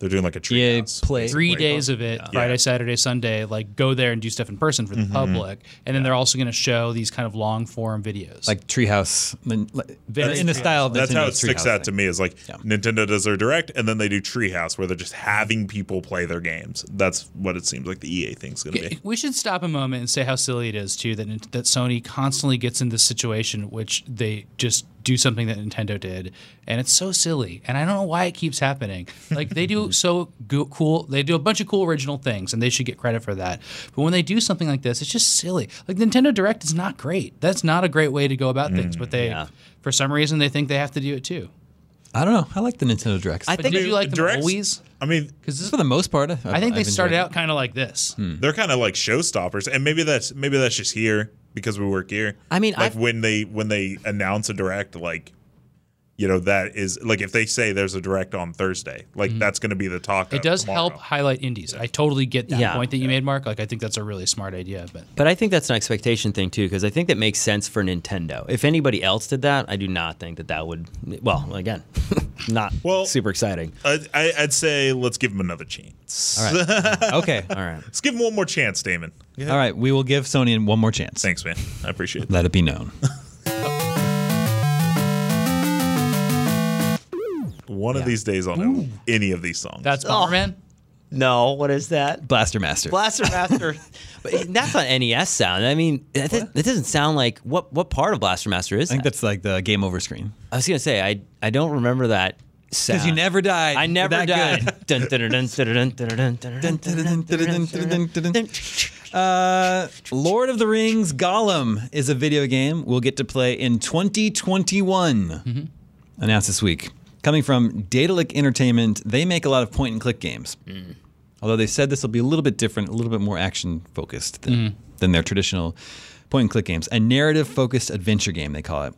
They're doing like a
EA
treehouse.
Play.
Three
Wait,
days of it, Friday, Saturday, Sunday, like go there and do stuff in person for the public, and then they're also going to show these kind of long form videos,
Like Treehouse, in- in the style of
That's how it
Nintendo's
sticks
Treehouse
out to
thing.
me is like Nintendo does their direct and then they do Treehouse where they're just having people play their games. That's what it seems like the EA thing's going to be.
We should stop a moment and say how silly it is too that that Sony constantly gets in this situation which they just do something that Nintendo did, and it's so silly. And I don't know why it keeps happening. Like they do so go- cool, they do a bunch of cool original things, and they should get credit for that. But when they do something like this, it's just silly. Like Nintendo Direct is not great. That's not a great way to go about things.
Mm,
But they, for some reason, they think they have to do it too.
I don't know. I like the Nintendo Directs.
I
But
think
did you like them
Directs-
always?
I mean,
because for the most part, I've,
I think they
I've enjoyed
started
it.
out kind of like this.
they're kind of like showstoppers and maybe that's maybe that's just here because we work here.
I mean,
like
I've-
when they when they announce a direct, like you know that is like if they say there's a direct on Thursday, like that's going to be the talk.
It does help highlight indies. I totally get that
Yeah.
point that you made, Mark. Like I think that's a really smart idea, but
But I think that's an expectation thing too, because I think that makes sense for Nintendo. If anybody else did that, I do not think that that would. Well, again, not
Well-
super exciting.
I'd, I- I'd say let's give them another chance.
Okay.
All right.
let's give them one more chance, Damon. Yeah.
All right. We will give Sony one more chance.
Thanks, man. I appreciate it.
Let it be known.
One of these days, I'll know any of these songs.
that's Bomberman.
No, what is that?
Blaster Master.
Blaster Master. but that's not NES sound. I mean, that, that doesn't sound like what what part of Blaster Master is
I think
that?
that's like the game over screen.
I was gonna say I I don't remember that sound.
Because you never died.
I never
You're that
died. Dun, dun, dun, dun, dun, dun, dun, dun, dun, dun, dun, dun, dun, dun, dun.
Uh, Lord of the Rings Gollum is a video game we'll get to play in 2021.
Mm-hmm.
Announced this week. Coming from Datalic Entertainment, they make a lot of point and click games. Although they said this will be a little bit different, a little bit more action focused than, than their traditional point and click games. A narrative focused adventure game, they call it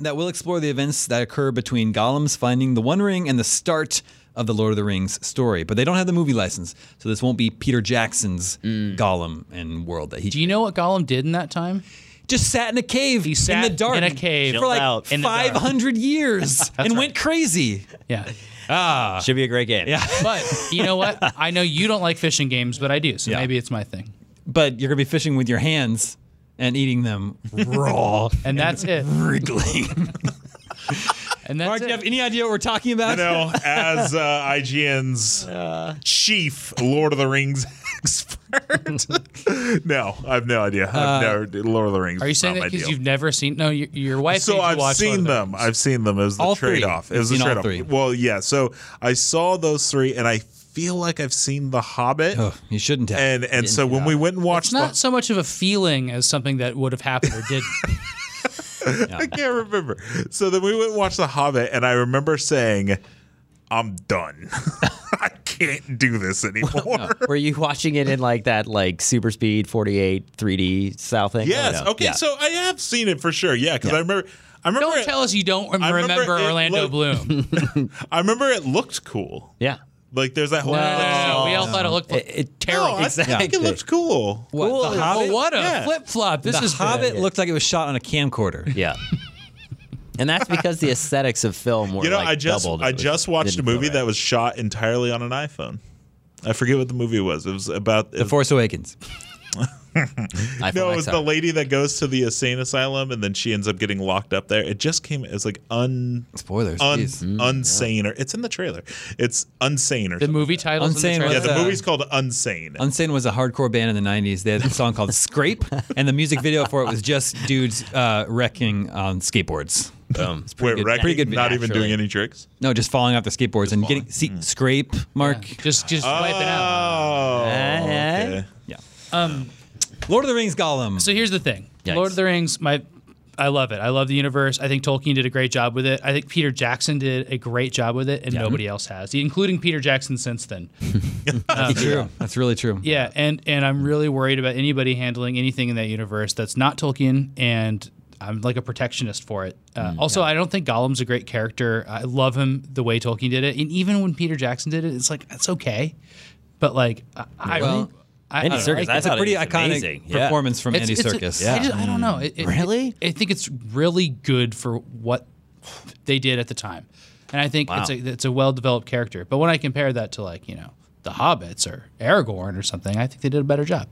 that will explore the events that occur between Gollum's finding the One Ring and the start of the Lord of the Rings story. But they don't have the movie license, so this won't be Peter Jackson's Gollum and world that he
Do you know what Gollum did in that time?
just sat in a cave he
sat
in the dark
in a cave.
for like
Chilled out
in the dark.
500 years and went crazy.
Yeah.
Should be a great game. Yeah.
But you know what? I know you don't like fishing games, but I do. So maybe it's my thing.
But you're going to be fishing with your hands and eating them raw
And that's it.
wriggling.
And that's
Mark, do
it.
you have any idea what we're talking about?
you know, as uh, IGN's chief Lord of the Rings expert. no, I've no idea. I've never Lord of the Rings.
Are you
is
saying
not
that
my
because
deal.
you've never seen? No, your, your wife.
So
made you
I've
watch Lord
seen
of the
them.
Rings.
I've seen them. It was the
All three.
trade off. It was the
You've seen
trade
all three.
off. Well, yeah. So I saw those three, and I feel like I've seen The Hobbit.
Oh, you shouldn't have.
And and so when we went and watched,
It's
the,
not so much of a feeling as something that would have happened or didn't.
I can't remember. So then we went and watched The Hobbit, and I remember saying, "I'm done. I can't do this anymore."
Were you watching it in like that like super speed 48 3D style thing?
Yes.
Oh, no.
Okay.
Yeah.
So I have seen it for sure. Yeah, because I remember. I remember.
Don't
it,
tell us you don't rem-
I
remember,
remember it
Orlando
looked-
Bloom.
I remember it looked cool.
yeah.
Like there's that whole.
No, no, no, we all
Oh.
thought it looked
It, it-
No,
terrible.
I, I think it looked cool.
what,
Cool.
The
Well,
Hobbit,
Oh, what a
Yeah.
flip flop! This
the
is
Hobbit looked like it was shot on a camcorder.
Yeah. and that's because the aesthetics of film were
You know,
like
I just
doubled.
I
It was-
just watched a
didn't feel
movie
right.
that was shot entirely on an iPhone. I forget what the movie was. It was about
The Force Awakens.
iPhone
No, it was
XR.
the lady that goes to the insane asylum and then she ends up getting locked up there. It just came as like un
Spoilers.
un
jeez.
unsane or it's in the trailer. It's unsane or
Mm, the
something.
movie title.
Unsane
the
was
Yeah,
trailer.
the
uh,
movie's called Unsane.
Unsane was a hardcore band in the 90s. They had a song called Scrape, and the music video for it was just dudes uh, wrecking on skateboards. It's pretty
Wait,
good-
Rex,
pretty good
not
video,
even
actually.
doing any tricks.
No, just falling off their skateboards and getting. See, Scrape, Mark. Yeah.
just just wipe it out. Uh-huh.
Oh,
Eh?
okay.
Um, Lord of the Rings Gollum.
So here's the thing.
Yikes.
Lord of the Rings, my I love it. I love the universe. I think Tolkien did a great job with it. I think Peter Jackson did a great job with it, and nobody else has, including Peter Jackson since then.
That's true. That's really true.
Yeah, and and I'm really worried about anybody handling anything in that universe that's not Tolkien, and I'm like a protectionist for it. Uh,
Mm,
also, I don't think Gollum's a great character. I love him the way Tolkien did it, and even when Peter Jackson did it, it's like that's okay, but like I, I,
Well,
I,
Andy
I don't
Serkis,
like
I
it.
It's a
thought it
pretty
was
iconic
amazing. Yeah.
performance from
It's-
Andy
it's a-
Circus.
I, just, I don't know. It- it-
Really?
I think it's really good for what they did at the time, and I think it's a it's a well developed character. But when I compare that to like you know the Hobbits or Aragorn or something, I think they did a better job.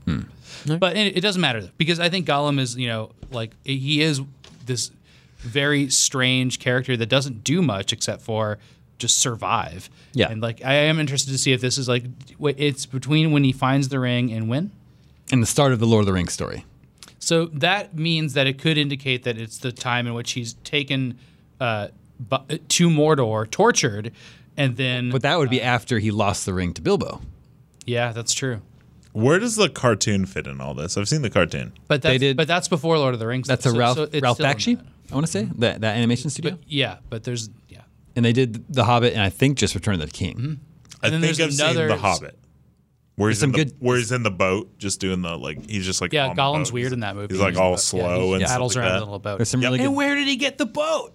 But it, it doesn't matter though, because I think Gollum is you know like he is this very strange character that doesn't do much except for just survive.
Yeah.
and like I am interested to see if this is like wait, it's between when he finds the ring and when.
And the start of the Lord of the Rings story.
So that means that it could indicate that it's the time in which he's taken uh, bu- to Mordor, tortured, and then.
But that would be after he lost the ring to Bilbo.
yeah, that's true.
Where does the cartoon fit in all this? I've seen the cartoon.
But that's,
did-
but that's before Lord of the Rings.
That's
though,
a
so-
Ralph
so it's
Ralph
still in
Bakshi,
that.
I want to say, that, that animation studio.
Yeah, but there's yeah.
and they did The Hobbit and I think just Return of the King.
I
then
think I've
there's
seen
another-
The Hobbit. Where's
some
in the,
good-
Where's in the boat? Just doing the like. He's just like
Yeah,
on the
Gollum's
boat.
weird in that movie.
He's like all slow and
paddles
stuff
around
like that.
in a little boat.
There's some
Yep.
really
And
good,
where did he get the boat?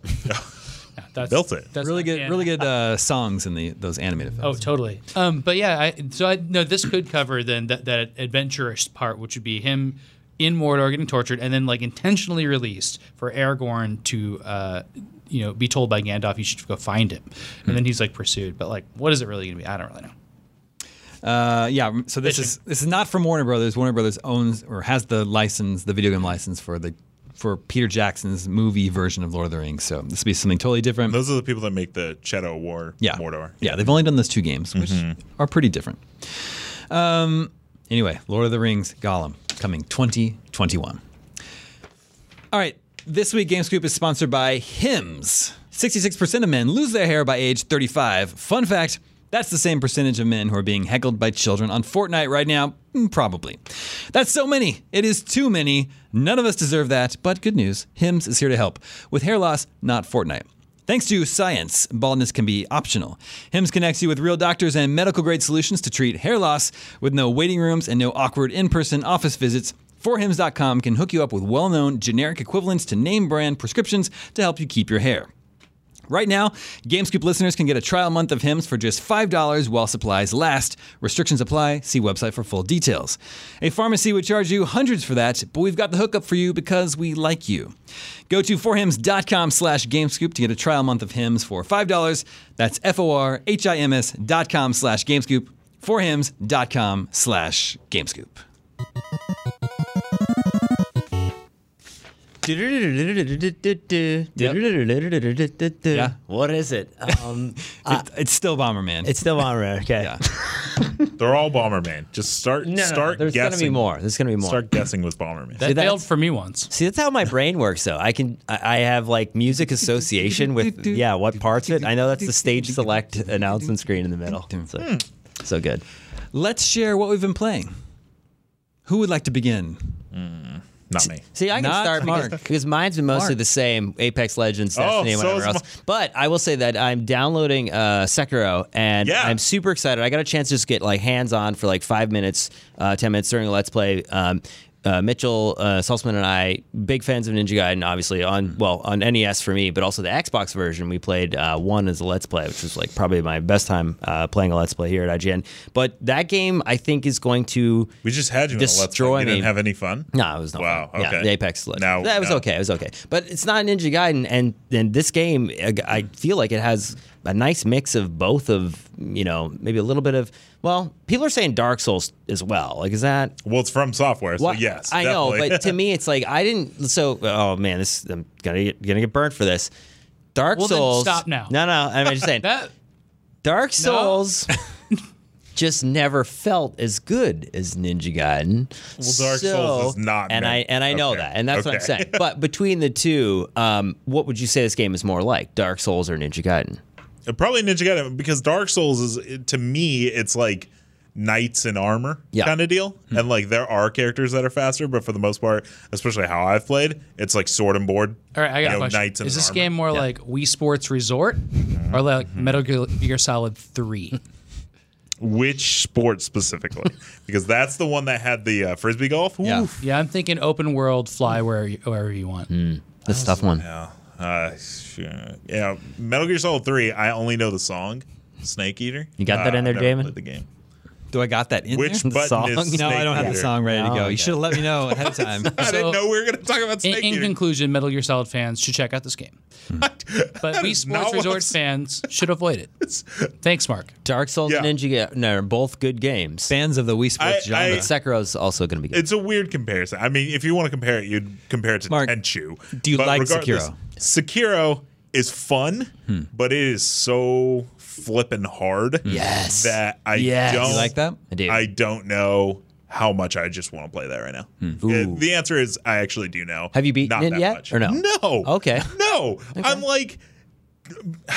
That's,
built it.
that's
really good,
yeah.
really good uh, songs in the those animated
Oh,
films.
totally. Um, but yeah, I, so I no, this could cover then that, that adventurous part, which would be him in Mordor getting tortured and then like intentionally released for Aragorn to, uh, you know, be told by Gandalf you should go find him, and then he's like pursued. But like, what is it really gonna be? I don't really know.
Uh, yeah. So this is this is not from Warner Brothers. Warner Brothers owns or has the license, the video game license for the for Peter Jackson's movie version of Lord of the Rings. So this would be something totally different.
Those are the people that make the Shadow War.
yeah.
Mordor.
Yeah, they've only done those two games, which are pretty different. Um, anyway, Lord of the Rings, Gollum, coming 2021. All right, this week Game Scoop is sponsored by Hims. 66% of men lose their hair by age 35. Fun fact that's the same percentage of men who are being heckled by children on Fortnite right now. Mm, Probably. That's so many. It is too many. None of us deserve that, but good news Hims is here to help with hair loss, not Fortnite. Thanks to science, baldness can be optional. Hims connects you with real doctors and medical grade solutions to treat hair loss with no waiting rooms and no awkward in person office visits. 4hims.com can hook you up with well known generic equivalents to name brand prescriptions to help you keep your hair. Right now, GameScoop listeners can get a trial month of hymns for just $5 while supplies last. Restrictions apply. See website for full details. A pharmacy would charge you hundreds for that, but we've got the hookup for you because we like you. Go to forhims.com slash GameScoop to get a trial month of hymns for $5. That's F-O-R-H-I-M-S dot com slash GameScoop. Forhims.com slash GameScoop.
Yeah. What is it? Um, I-
It- it's still Bomberman.
it's still on rare. Okay.
Yeah.
They're all Bomberman. Just start
No, no,
start
there's
guessing.
gonna be more. There's gonna be more.
Start guessing with Bomberman.
That
that's-
failed for me once.
See, that's how my brain works, though. I can, I I have like music association with, yeah, what parts of it. I know that's the stage select announcement screen in the middle. So, so good.
Let's share what we've been playing. Who would like to begin?
Not me.
See, I can
Not
start because,
Mark.
because mine's been mostly
Mark.
the same Apex Legends, Destiny,
Oh, so
and
is
whatever else. But I will say that I'm downloading uh, Sekiro, and
Yeah.
I'm super excited. I got a chance to just get like hands on for like five minutes, uh, ten minutes during a Let's Play. Um, uh, Mitchell uh, Salzman and I, big fans of Ninja Gaiden, obviously
Hmm.
on well on NES for me, but also the Xbox version. We played uh, one as a Let's Play, which was like probably my best time uh, playing a Let's Play here at IGN. But that game, I think, is going to
We just had you in a let's play.
Destroy
You
me.
didn't have any fun.
no, it was not.
Wow,
fun. Yeah,
okay.
the Apex Legends.
No,
that was
no.
okay. It was okay. But it's not Ninja Gaiden, and and this game, I I feel like it has a nice mix of both of you know maybe a little bit of well, people are saying Dark Souls as well. Like, is that
Well, it's from software, so
well,
yes.
I know,
definitely.
but to me, it's like I didn't. So, oh man, this I'm gonna get, gonna get burnt for this. Dark
Well, then
Souls.
stop now.
No, no, I'm just saying.
That
Dark Souls just never felt as good as Ninja Gaiden.
Well, Dark
So-
Souls is not
and I
meant-
and I know
okay,
that, and that's what I'm
okay.
saying. But between the two, um, what would you say this game is more like, Dark Souls or Ninja Gaiden?
Probably Ninja Gaiden because Dark Souls is it- to me it's like knights in armor
Yeah. Hmm.
kind of deal, and like there are characters that are faster, but for the most part, especially how I've played, it's like sword and board.
all right. I got
you know,
a
Knights
question.
in
Is this
armor. Mm-hmm.
game more like Wii Sports Resort or like Metal Gear Solid Three?
Which sport specifically? because that's the one that had the uh, frisbee golf.
Yeah.
Oof.
yeah, I'm thinking open world, fly wherever you, wherever you want.
That's a tough one.
Yeah. Uh, sure. yeah. Metal Gear Solid Three. I only know the song Snake Eater.
You got that
Uh,
in there,
I've never
Damon?
played The game.
Do I got that in
Which
there?
button
song?
is
No,
Snake
No, I don't have the
Eater?
song ready to go.
Oh,
You
okay.
should have let me know ahead of time.
I
So-
didn't know we were going to talk about
In,
Snake
in
Eater.
conclusion, Metal Gear Solid fans should check out this game. But Wii
is not what
Sports
I'm
Resort
saying.
fans should avoid it. Thanks, Mark.
Dark Souls
Yeah.
and Ninja Gaiden no, are both good games.
Fans of the Wii Sports
I-
genre.
I-
Sekiro's also going to be good.
It's a weird comparison. I mean, if you want to compare it, you'd compare it to
Mark,
Tenchu.
do you like
regardless,
Sekiro?
Sekiro is fun, but it is so flippin' hard.
Hmm. Yes.
That I
Yes.
don't
you like that?
I do.
I don't know how much I just want to play that right now. Uh, the answer is I actually do know.
Have you beaten
Not
it
that
yet,
much.
or no?
No.
Okay.
No. I'm like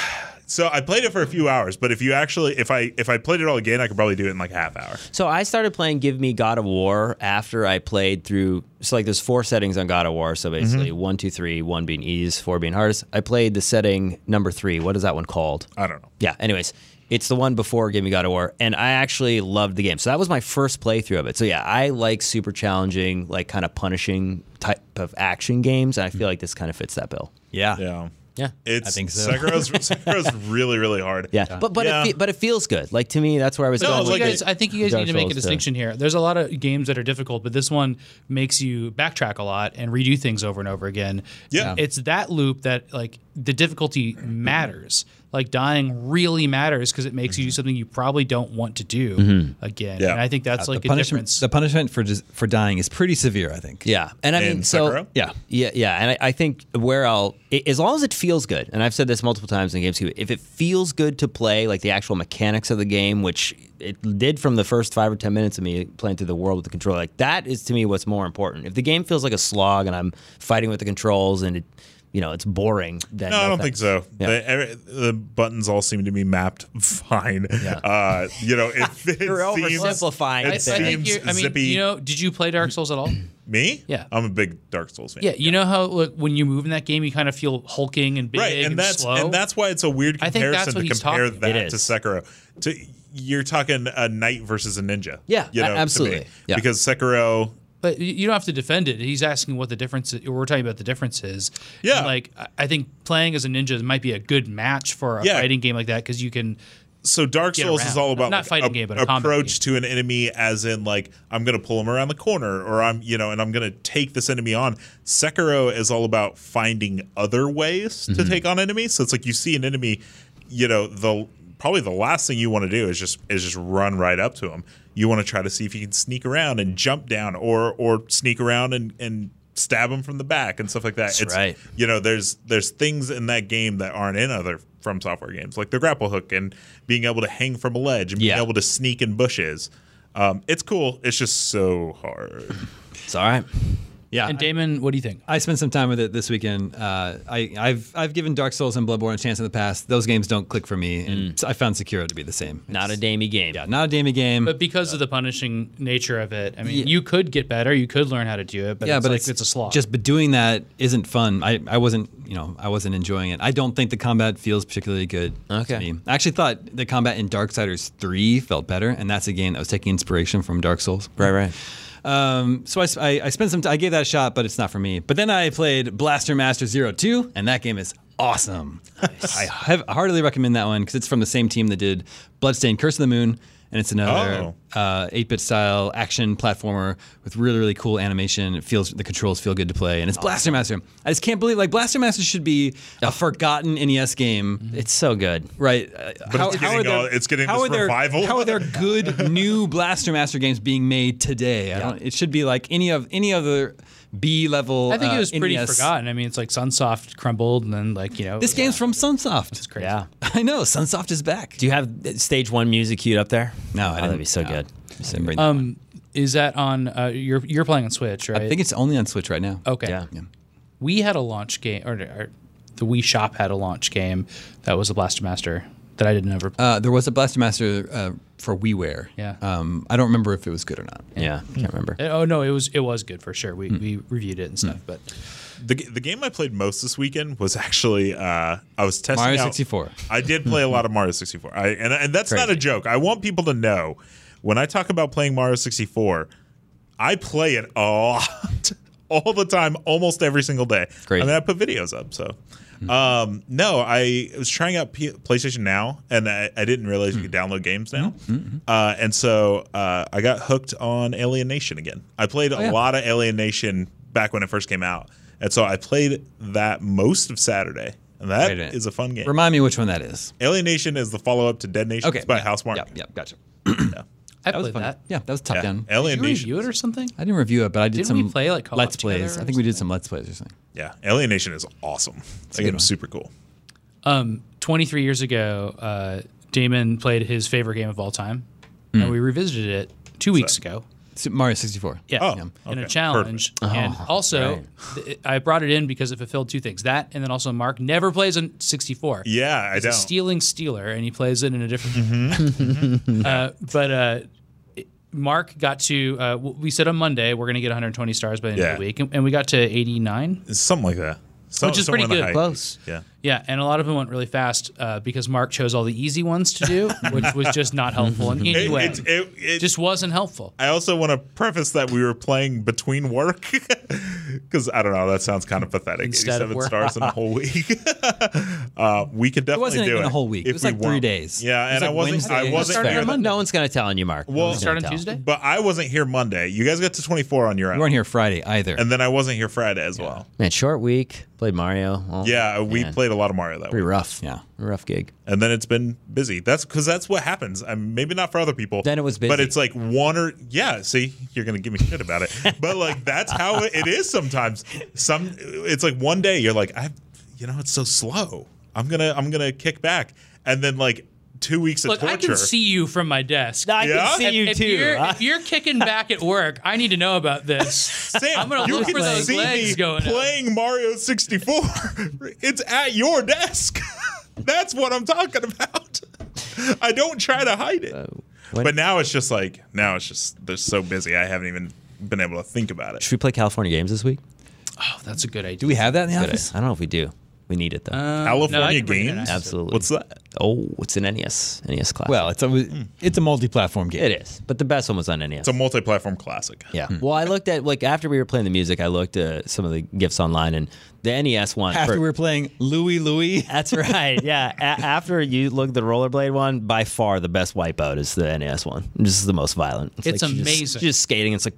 so I played it for a few hours, but if you actually if I if I played it all again, I could probably do it in like a half hour.
So I started playing Give Me God of War after I played through. So like, there's four settings on God of War. So basically, one, two, three, one being ease, four being hardest. I played the setting number three. What is that one called?
I don't know.
Yeah. Anyways, It's the one before Give Me God of War, and I actually loved the game. So that was my first playthrough of it. So yeah, I like super challenging, like kind of punishing type of action games, and I feel like this kind of fits that bill.
Yeah.
Yeah.
Yeah,
It's
think so.
Sekiro's, Sekiro's really, really hard.
yeah, but but
Yeah.
It fe- but it feels good. Like to me, that's where I was.
No,
going
it's
you
with
like
it.
guys, I think you guys
Dark
need to make
Souls
a
to-
distinction here. There's a lot of games that are difficult, but this one makes you backtrack a lot and redo things over and over again.
Yeah.
It's that loop that like the difficulty matters. Like dying really matters because it makes you do something you probably don't want to do again.
Yeah.
And I think that's like
the
a
punishment
difference.
the punishment for just, for dying is pretty severe, I think.
Yeah, and I
In
mean, so
Sekiro?
Yeah.
yeah, yeah, and I, I think where I'll, i- as long as it feels good, and I've said this multiple times in games too, if it feels good to play, like the actual mechanics of the game, which it did from the first five or ten minutes of me playing through the world with the controller, like that is to me what's more important. If the game feels like a slog and I'm fighting with the controls and it, you know, it's boring, then
No, I don't
thanks.
think so.
Yeah.
The, every- the buttons all seem to be mapped fine. Uh, you know, it, it
You're
seems,
oversimplifying
It
things.
seems
I think
you're- I mean,
zippy.
you know, did you play Dark Souls at all?
Me?
Yeah.
I'm a big Dark Souls fan.
Yeah, you know how like, when you move in that game, you kind of feel hulking and big
right, and,
and,
that's
slow.
and that's why it's a weird
I think
comparison
that's
to
what he's
compare
talking
that
It
to
is.
Sekiro. To you're talking a knight versus a ninja.
Yeah,
you
a-
know, to me.
absolutely. Yeah.
Because Sekiro,
But you- you don't have to defend it. He's asking what the difference. Is. We're talking about the difference is.
Yeah.
And, like I- I think playing as a ninja might be a good match for a
Yeah.
fighting game like that because you can.
so Dark
Get
Souls is
around.
all about
Not
like,
fighting
a-
game, but a combat
approach to an enemy, as in like I'm going to pull him around the corner, or I'm you know, and I'm going to take this enemy on. Sekiro is all about finding other ways to take on enemies. So it's like you see an enemy, you know, the probably the last thing you want to do is just is just run right up to him. You want to try to see if you can sneak around and jump down, or or sneak around and and stab him from the back and stuff like that. That's
right.
you know there's there's things in that game that aren't in other from software games like the grapple hook and being able to hang from a ledge and being
Yeah.
able to sneak in bushes um, it's cool it's just so hard
it's all right.
Yeah.
And Damon, what do you think?
I spent some time with it this weekend. Uh, I, I've I've given Dark Souls and Bloodborne a chance in the past. Those games don't click for me, and so I found Sekiro to be the same.
Not a
It's-
damey game.
yeah, not a damey game.
But because of the punishing nature of it, I mean, you could get better. You could learn how to do it. But
yeah,
it's
but
like,
it's,
a slog.
Just but doing that isn't fun. I, I wasn't you know I wasn't enjoying it. I don't think the combat feels particularly good.
Okay.
To me. I actually thought the combat in Darksiders three felt better, and that's a game that was taking inspiration from Dark Souls.
Right, right.
Um, so I, s- I- I spent some t- I gave that a shot, but it's not for me. But then I played Blaster Master Zero Two, and that game is awesome. I have, heartily recommend that one because it's from the same team that did Bloodstained Curse of the Moon, and it's another uh, 8-bit style action platformer with really really cool animation. It feels the controls feel good to play, and it's Blaster Master. I just can't believe like Blaster Master should be a forgotten NES game
It's so good.
Right. uh,
it's getting all- it's getting
how
this
are there-
revival.
How are there good new Blaster Master games being made today? I don't, it should be like any of any other B level. uh,
I think it was pretty
NES.
forgotten. I mean, it's like Sunsoft crumbled, and then like you know
E This game's from Sunsoft. That's
crazy.
Yeah.
I know Sunsoft is back.
Do you have uh, stage one music queued up there?
No, I
oh,
didn't-
That'd be so
no.
good. So good.
Um, is that on? Uh, you're you're playing on Switch, right?
I think it's only on Switch right now.
okay.
yeah.
we had a launch game, or, or the Wii Shop had a launch game that was a Blaster Master that I didn't ever play.
Uh, there was a Blaster Master uh, for WiiWare.
Yeah.
Um, I don't remember if it was good or not.
Yeah, I can't remember.
oh no, it was it was good for sure. We we reviewed it and stuff, but
the, g- the game i played most this weekend was actually uh, i was testing
Mario
out-
64.
i did play a lot of mario 64 I, and, and that's not a
Crazy.
joke i want people to know when i talk about playing mario 64 i play it a lot all the time almost every single day
Crazy.
I mean, I put videos up. So, um, no, I was trying out P- PlayStation Now, and I, I didn't realize you could
Hmm.
download games now. Uh, and so uh, I got hooked on Alienation again. I played
Oh,
a lot of Alienation back when it first came out, and so I played that most of Saturday. And that
Wait a
is
minute.
a, fun game.
Remind me which one that is.
Alienation is the follow up to Dead Nation.
Okay.
it's by
yeah,
Housemarque.
Yep. Yep. Gotcha.
I
That was
played
fun.
that.
Yeah, that was top
Yeah.
down.
Did you
Alienation.
review it or something?
I didn't review it, but I did
Didn't
some
we play, like, co-op
let's
together
plays.
or
I think we did some let's plays or something.
Yeah, Alienation is awesome. That game
one.
is super cool.
Um, 23 years ago, uh, Damon played his favorite game of all time, and we revisited it two weeks ago.
Super Mario 64.
Yeah,
Oh,
in
okay.
a challenge, and also th- I brought it in because it fulfilled two things: that, and then also Mark never plays a 64.
Yeah, I
He's a
don't. Mm-hmm.
stealing stealer, and he plays it in a different. uh, but uh, it- Mark got to. Uh, w- we said on Monday we're going to get 120 stars by the end
Yeah.
of the week, and, and we got to 89.
Something like that. So-
Which is
somewhere
pretty
in the
good.
high
Close.
80s. Yeah.
Yeah, and a lot of them went really fast uh, because Mark chose all the easy ones to do, which was just not helpful in any
It-
way.
it's- it- it-
just wasn't helpful.
I also want to preface that we were playing between work because I don't know. That sounds kind of pathetic.
Instead of
87
work.
stars in a whole week. uh, we could definitely
wasn't
do
even
it.
a whole week. It
if
was
we
like three
want.
days.
Yeah,
It was
and I
like
wasn't.
Wednesday.
I
It
wasn't
started
here.
on Monday.
No one's gonna tell on you, Mark. No
Well-
one's gonna
Start on
tell.
Tuesday?
But I wasn't here Monday. You guys got to 24 on your own.
You weren't here Friday either.
And then I wasn't here Friday as well.
Man, short week. Played Mario. Oh,
Yeah, we
man.
played a lot of Mario that
Pretty
week.
rough.
Yeah.
rough gig.
And then it's been busy. That's because that's what happens. I mean, maybe not for other people.
Then it was
But
busy.
it's like one or yeah. See, you're gonna give me shit about it. but like that's how it, it is sometimes. Some it's like one day you're like I, you know, it's so slow. I'm gonna I'm gonna kick back, and then like two weeks of
Look,
torture.
I can see you from my desk.
I
can Yeah?
can see
see
you
if
too.
You're, if you're kicking back at work, I need to know about this.
Sam,
I'm gonna
you
look
can
for those
see
legs
me
going up.
playing Mario 64. it's at your desk. That's what I'm talking about. I don't try to hide it.
Uh,
when-
but now it's just like now it's just they're so busy. I haven't even been able to think about it.
Should we play California games this week?
Oh, that's a good idea.
do we have that in the
Good.
office?
I don't know if we do. We need it though.
California
can bring it
games.
in.
Absolutely.
What's that?
Oh, it's an NES NES E classic.
Well, it's a it's a multi-platform game.
it is, but the best one was on NES.
It's a multi-platform classic.
yeah. Hmm. Well, I looked at like after we were playing the music, I looked at some of the gifts online, and the NES one.
After
for-
we were playing Louie Louie,
that's right. Yeah. A- after you look at the rollerblade one, by far the best wipeout is the NES one. This is the most violent.
It's
like you're just-
amazing.
you're just skating. It's like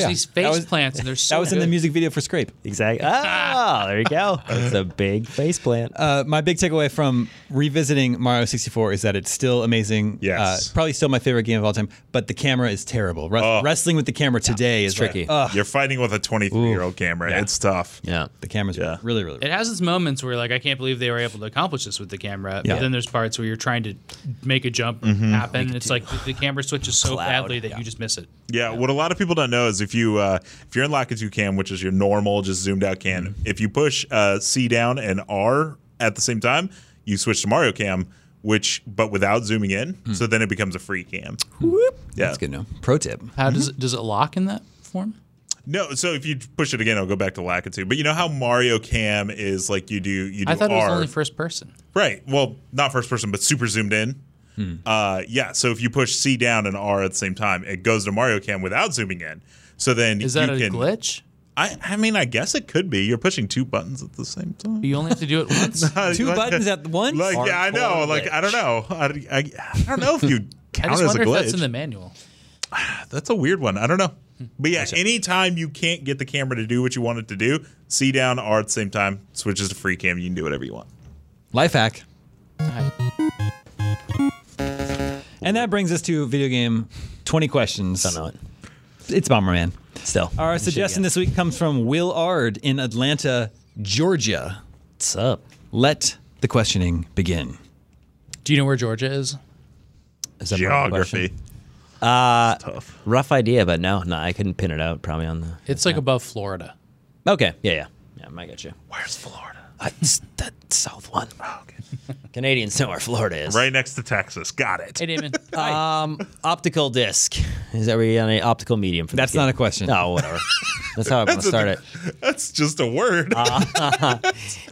Oh, yeah.
these
That
face
was-
plants, and they're so
that was in the
good.
music video for Scrape.
Exactly. Oh, there you go. It's a big face plant.
Uh, my big takeaway from revisiting Mario 64 is that it's still amazing.
Yes.
Uh, probably still my favorite game of all time, but the camera is terrible. Wres-
Oh.
Wrestling with the camera today is
tricky.
Like, uh, ugh,
You're fighting with a 23-year-old camera. It's tough.
yeah.
the camera's
Yeah.
really, really.
It has its moments where like I can't believe they were able to accomplish this with the camera.
Yeah.
But then there's parts where you're trying to make a jump
Mm-hmm.
happen, and it's like the, the camera switches so
Cloud.
badly that you just miss it.
Yeah, what a lot of people don't know is if you uh, if you're in Lacazette cam, which is your normal just zoomed out cam,
Mm-hmm.
if you push uh, C down and R at the same time, you switch to Mario cam, which but without zooming in,
Hmm.
so then it becomes a free cam. Yeah,
That's good to know. Pro tip.
How does it does it lock in that form?
No, so if you push it again, it'll go back to Lacazette. But you know how Mario cam is like you do you do
I thought it
R
was only first person.
right? Well, not first person, but super zoomed in.
Hmm.
Uh, yeah, so if you push C down and R at the same time, it goes to Mario cam without zooming in. So then
Is that
you
a
can,
glitch?
I, I mean, I guess it could be. You're pushing two buttons at the same time.
You only have to do it once.
Two buttons at once?
Like, yeah, I know.
Hardcore
Like, I
glitch.
don't know. I, I, I don't know if you
I
count as
just
a
wonder if
glitch.
that's
That's,
in the manual.
a weird one. I don't know. But yeah, anytime you can't get the camera to do what you want it to do, C down, R at the same time, switches to free cam. You can do whatever you want.
Life hack.
Alright.
And that brings us to video game 20 questions.
Don't know it.
It's Bomberman.
Still.
Our suggestion this week comes from Will Ard in Atlanta, Georgia.
What's up?
Let the questioning begin.
Do you know where Georgia is?
Is that my
Geography.
question?
Uh, tough.
Rough idea, but no, no, I couldn't pin it out. Probably on the.
It's like above Florida.
Okay. Yeah, yeah, yeah. I might get you.
Where's Florida? Oh,
I, it's that south one. Canadians know where Florida is.
Right next to Texas. Got it.
Hey Damon.
Um, optical disc. Is that where you on an optical medium for?
That's
this
not
game?
a question.
No, whatever. That's how I'm gonna start it.
That's just a word.
Uh-huh.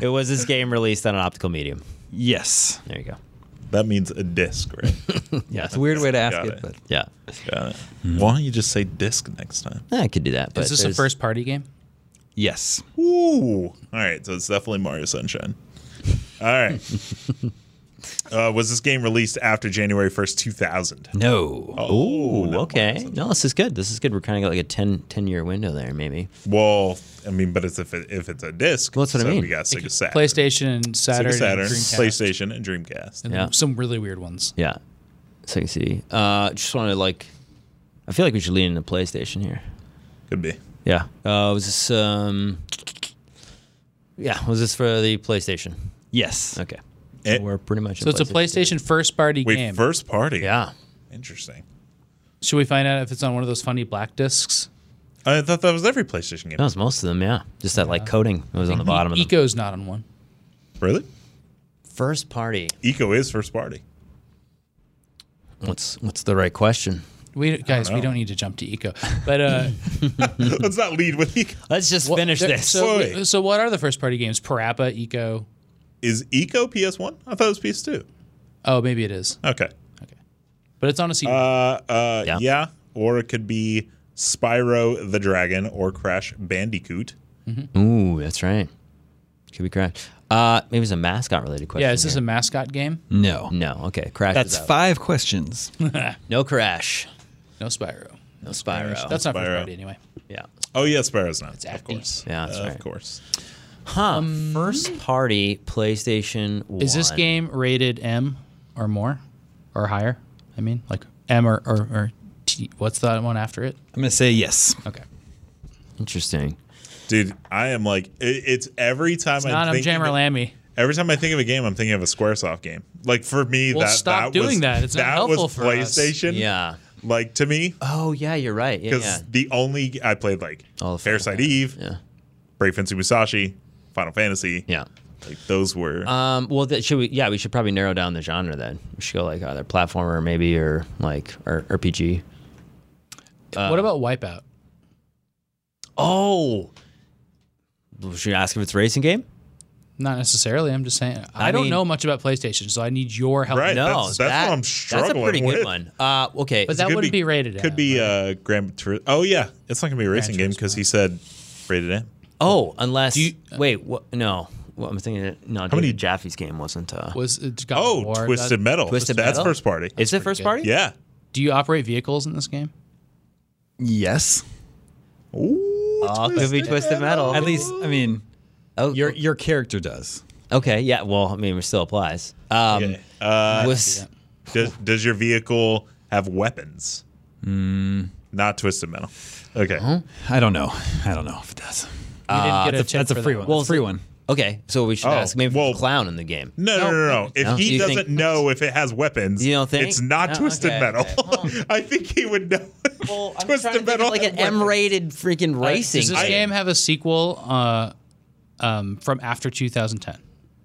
It was this game released on an optical medium.
Yes.
There you go.
that means a disc, right?
Yeah, it's a weird way to ask
Got
it,
it.
but
Yeah,
Got it. Why don't you just say disc next time?
I could do that. But
is this a
there's-
first party game?
yes.
Ooh. All right, so it's definitely Mario Sunshine. All right. uh, was this game released after January 1st, 2000?
No.
Oh,
Ooh, okay. No, this is good. This is good. We're kind of got like a 10, 10 year window there, maybe.
Well, I mean, but it's if, it, if it's a disc.
Well, that's what I
so
mean.
We got Sega Saturn.
PlayStation and Saturn,
Sega Saturn,
and Dreamcast.
PlayStation, and Dreamcast.
And
Yeah.
Some really weird ones.
Yeah. Second CD. Uh, just want to like, I feel like we should lean into PlayStation here.
Could be.
Yeah. Uh, was this um, yeah, was this for the PlayStation?
Yes.
Okay. So
It-
we're pretty much.
So it's a PlayStation first party
Eh, Wait,
game.
first party?
Yeah.
Interesting.
Should we find out if it's on one of those funny black discs?
I thought that was every PlayStation game.
That was most of them. Yeah. Just that like coding that was on the bottom of the
Eco's not on one.
Really?
first party.
Eco is first party.
What's what's the right question?
We guys, we don't need to jump to eco, but uh,
Let's not lead with eco.
Let's just
what-
finish
there-
this.
So,
Wait.
so what are the first party games? Parappa, Eco.
Is eco PS1? I thought it was PS2.
Oh, maybe it is,
Okay.
but it's on a CD.
Uh, uh,
Yeah.
yeah. Or it could be Spyro the Dragon or Crash Bandicoot.
Ooh, that's right. Could be Crash. Uh, maybe it's a mascot related question.
yeah, is this
here.
a mascot game?
No.
no? Okay, Crash.
That's
Mm. is out.
five questions.
no Crash.
No Spyro.
No Spyro.
That's not first
Spyro.
party anyway.
yeah.
Oh yeah, Spyro's not.
Acne.
Of course. Uh,
Yeah, that's
of
right.
course.
Huh. Um, First party PlayStation. One.
Is this game rated M or more or higher? I mean, like M or or, or T. What's that one after it?
I'm going to say yes.
Okay.
interesting?
Dude, I am like it, it's every time I
Not M
think
Jammer Lammy.
every time I think of a game, I'm thinking of a SquareSoft game. Like for me,
Well,
that
stop
that
doing
was,
that. It's not
that
helpful
was
for us.
PlayStation.
Yeah.
Like to me,
Oh yeah, you're right. Yeah.
because
yeah.
the only I played like
All the Final
Fairside Eve,
Yeah.
Brave Fancy Musashi, Final Fantasy.
Yeah.
Like those were
Um, well, that should we? Yeah, we should probably narrow down the genre then. We should go like either platformer, maybe, or like or RPG.
what about Wipeout?
Oh, should we ask if it's a racing game?
Not necessarily. I'm just saying. I, don't
mean-
know much about PlayStation, so I need your help.
Right.
No,
That's- that's what
that-
I'm
That's a
struggling
pretty good
with.
one. Uh, okay,
But that
could
wouldn't be,
be-
rated.
could
M,
be
right?
uh Grand Tur- Oh yeah, it's not gonna be a racing game because he said rated M.
Oh, unless
you-
wait, what? No, what I'm thinking. that- No, how
many-
Jaffe's game wasn't? Uh,
was it God
Oh,
of War?
Twisted
That-
Metal.
Twisted
That's
Metal?
first party.
is it first
good.
party?
yeah.
Do you operate vehicles in this game?
Yes.
Ooh,
Oh, could be Twisted Metal.
At least, I mean,
Oh,
your your character does.
okay. Yeah. Well, I mean, it still applies. Um,
Okay. Uh,
was
does, does your vehicle have weapons?
Hmm.
Not Twisted Metal. Okay.
I don't know. I don't know if it does.
You didn't get a
That's a,
check
that's a
for
free
that
one.
Well,
Well, free one.
okay. So we should
Oh,
ask maybe
well-
the clown in the game.
No, no, no, no. If
No?
he
You think-
doesn't know if it has weapons,
You don't think?
it's not
No,
Twisted
okay,
Metal.
okay.
I think he would know. Twisted Metal
like
had
an
weapons.
M-rated freaking racing.
Does this
game.
game have a sequel uh, um, from after 2010?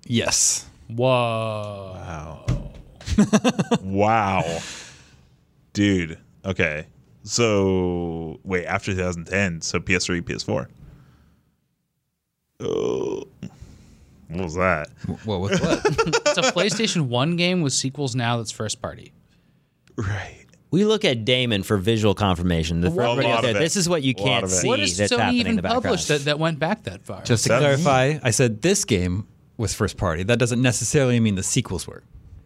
Yes.
Whoa.
Wow. Dude. Okay. So wait, after 2010, so PS3, PS4. Oh, what was that?
Well, with what?
It's a PlayStation 1 game with sequels now that's first party.
Right.
We look at Damon for visual confirmation. The
lot
right
of
there,
it.
this is what you
A lot
can't
of it.
see
What is
that's
Sony
happening in
even
the background.
published that, that went back that far?
Just to
Seven.
clarify, I said this game was first party. That doesn't necessarily mean the sequels were.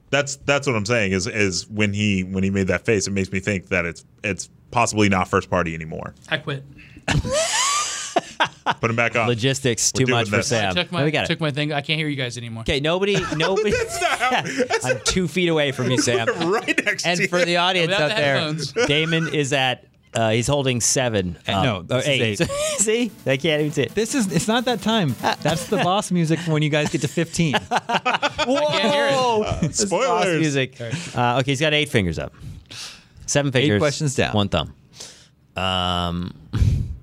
That's that's what I'm saying. Is is when he when he made that face, it makes me think that it's it's possibly not first party anymore.
I quit.
Put him back on.
Logistics
We're
too
doing
much for
this.
Sam.
I took
No,
my,
um, we got
took
it.
my thing. I can't hear you guys anymore.
Okay, nobody, nobody. I'm two feet away from you, Sam.
right next to
And for the
you.
audience
Without
out
the
there,
headphones.
Damon is at. Uh, he's holding seven.
Uh,
up,
no,
or
this is
eight.
eight.
see, they can't even see it.
This is it's not that time. That's the boss music for when you guys get to 15.
Whoa! Oh, This is boss
Uh, Spoilers.
music. Uh, okay, he's got eight fingers up. Seven fingers.
questions down.
One thumb. Um,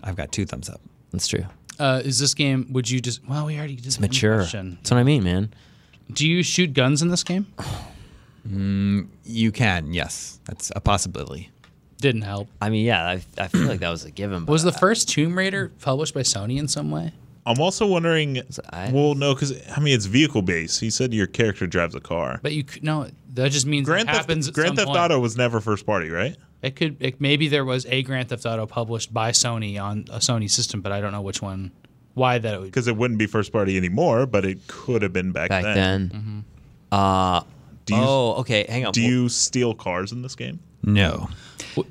I've got two thumbs up.
that's true.
Uh, is this game, would you just, well, we already did it's
Mature.
Question.
That's what I mean, man.
Do you shoot guns in this game?
You can, yes. That's a possibility.
Didn't help.
I mean, yeah, I, I feel like that was a given. But
Was the first Tomb Raider published by Sony in some way?
I'm also wondering.
I-
well, no, because I mean it's vehicle based. He said your character drives a car.
But you could, no, that just means
Grand
it
Theft
happens. at
Grand
some
Theft
point.
Auto was never first party, right?
It could it, maybe there was a Grand Theft Auto published by Sony on a Sony system, but I don't know which one. Why that would.
Because it wouldn't be first party anymore, but it could have been back,
back
then.
then? Uh,
Do you
oh, okay. Hang on.
do you steal cars in this game?
No.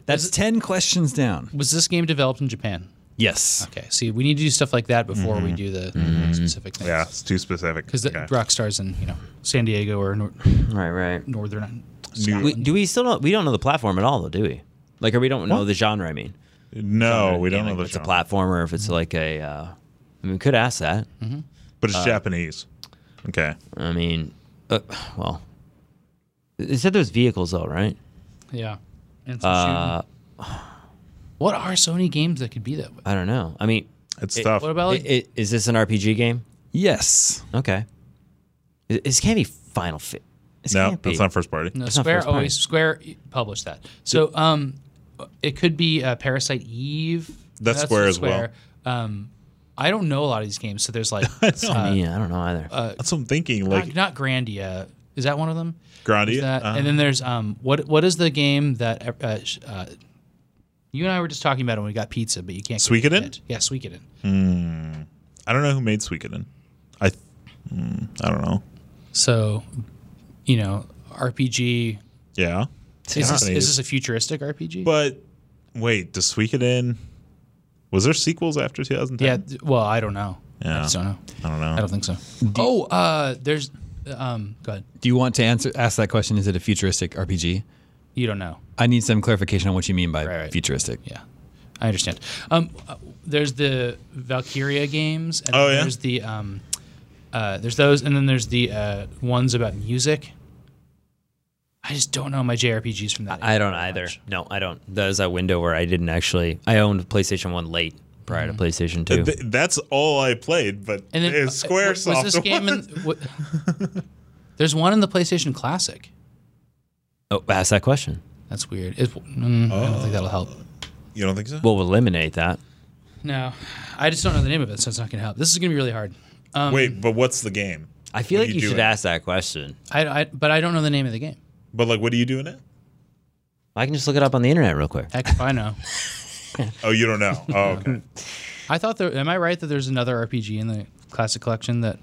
That's
was,
10 questions down.
was this game developed in Japan?
Yes.
Okay, see, we need to do stuff like that before we do the specific things.
Yeah, it's too specific.
because
Okay.
Rockstar's in you know San Diego or nor-
Right, right.
northern.
New-
We, do we still don't? We don't know the platform at all, though, do we? Like, or we don't know the genre. I mean,
no, Oh, we don't
Like,
know the
if it's a
genre,
platformer, if it's like a. Uh, I mean, we could ask that.
but
uh,
it's Japanese. Okay,
I mean, uh, well, it said there's vehicles though, right?
Yeah. And some
Uh,
shooting. What are Sony games that could be that way?
I don't know. I mean,
it's
It-
tough.
What about
i- i-
like
is this an RPG game?
Yes.
Okay. I- This can't be Final Fit. This
no,
can't be.
that's not first party.
no,
not
Square
first party.
always Square published that. So um, it could be uh, Parasite Eve.
That's
from
Square as well.
Square. Um, I don't know a lot of these games, so there's like uh,
yeah, I don't know either.
That's what I'm thinking. Like
not, not Grandia. Is that one of them?
Grandia?
Is that-
Uh-huh.
and then there's um, what what is the game that uh, sh- uh, you and I were just talking about it when we got pizza, but you can't. get
Suikoden?
it. Yeah, Suikoden.
I don't know who made Suikoden. I th- mm, I don't know.
So, you know, RPG.
Yeah.
Is this,
Japanese.
is this a futuristic RPG?
But wait, does Suikoden was there sequels after 2010?
yeah. th- Well, I don't know.
Yeah.
I just don't know.
I don't know.
I don't think so. oh, uh, there's. Um, go ahead.
Do you want to answer ask that question? Is it a futuristic RPG?
You don't know.
I need some clarification on what you mean by
Right, right.
futuristic.
Yeah, I understand. Um, uh, there's the Valkyria games, and
Oh,
then
yeah?
there's the um, uh, there's those, and then there's the uh, ones about music. I just don't know my JRPGs from that.
I
era
don't
that
either.
much.
No, I don't. That was a window where I didn't actually. I owned PlayStation One late prior
Mm-hmm.
to PlayStation Two.
Th- that's all I played, but
And then
it's
uh,
Square
was this game in? What, there's one in the PlayStation Classic.
oh, ask that question.
That's weird. It, mm, I don't think that'll help.
Oh. you don't think so?
We'll eliminate that.
No, I just don't know the name of it, so it's not gonna help. This is gonna be really hard. Um,
Wait, but what's the game?
I feel
What
like
are
you, should
doing?
ask that question.
I, I but I don't know the name of the game.
But like, what are you doing it?
I can just look it up on the internet real quick.
Heck if I know.
Oh, you don't know. Oh, okay.
I thought there. Am I right that there's another RPG in the classic collection that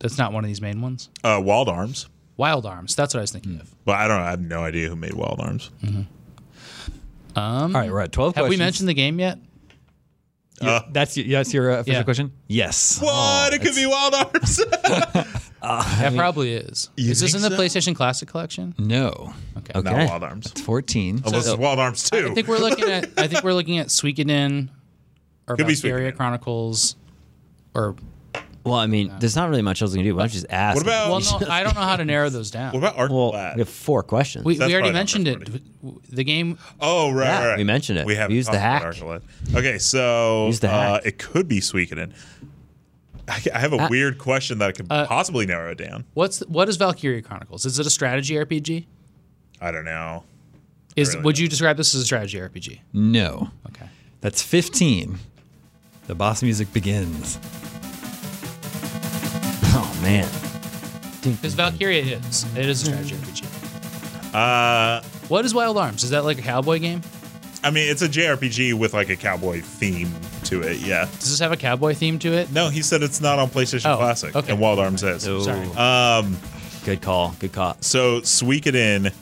that's not one of these main ones?
Uh, Wild Arms.
Wild Arms. That's what I was thinking of.
Well, I don't know. I have no idea who made Wild Arms.
Um,
All right, we're at twelve.
have we
questions.
mentioned the game yet?
Yeah, that's your, that's your uh, official
Yeah.
question? Yes.
What? it could be Wild Arms.
That probably is.
You
Is this in
think
the
so?
PlayStation Classic collection?
No.
Okay.
Not Wild Arms. Oh,
Fourteen.
Unless it's Wild Arms
I
too.
think we're looking at. I think we're looking at Suikoden or
Could be
Valkyria
Suikoden.
Chronicles. Or
Well, I mean, there's not really much else we can do. Why don't you just ask?
What about-
well, no, I don't know how to narrow those down.
what about Art
Well,
Lad?
we have four questions.
we,
That's
we already
probably not
mentioned
first
it. W- The game.
Oh right,
Yeah,
right, right.
we mentioned it.
We have
We used the hack.
Okay, so
Used the
uh,
hack.
it could be Suikoden. I, I have a
Uh,
weird question that I could
uh,
possibly narrow it down.
What's what is Valkyria Chronicles? Is it a strategy RPG?
I don't know.
Is
really
would you describe this as a strategy RPG?
No.
Okay.
That's fifteen. The boss music begins.
oh man,
Because Valkyria is. It is a strategy RPG.
Mm-hmm. Uh,
What is Wild Arms? Is that like a cowboy game?
I mean, it's a JRPG with like a cowboy theme to it. Yeah.
Does this have a cowboy theme to it?
No, he said it's not on PlayStation
Oh,
Classic,
okay.
and Wild Arms is.
Ooh.
Sorry.
Um,
good call. Good call.
So Suikoden,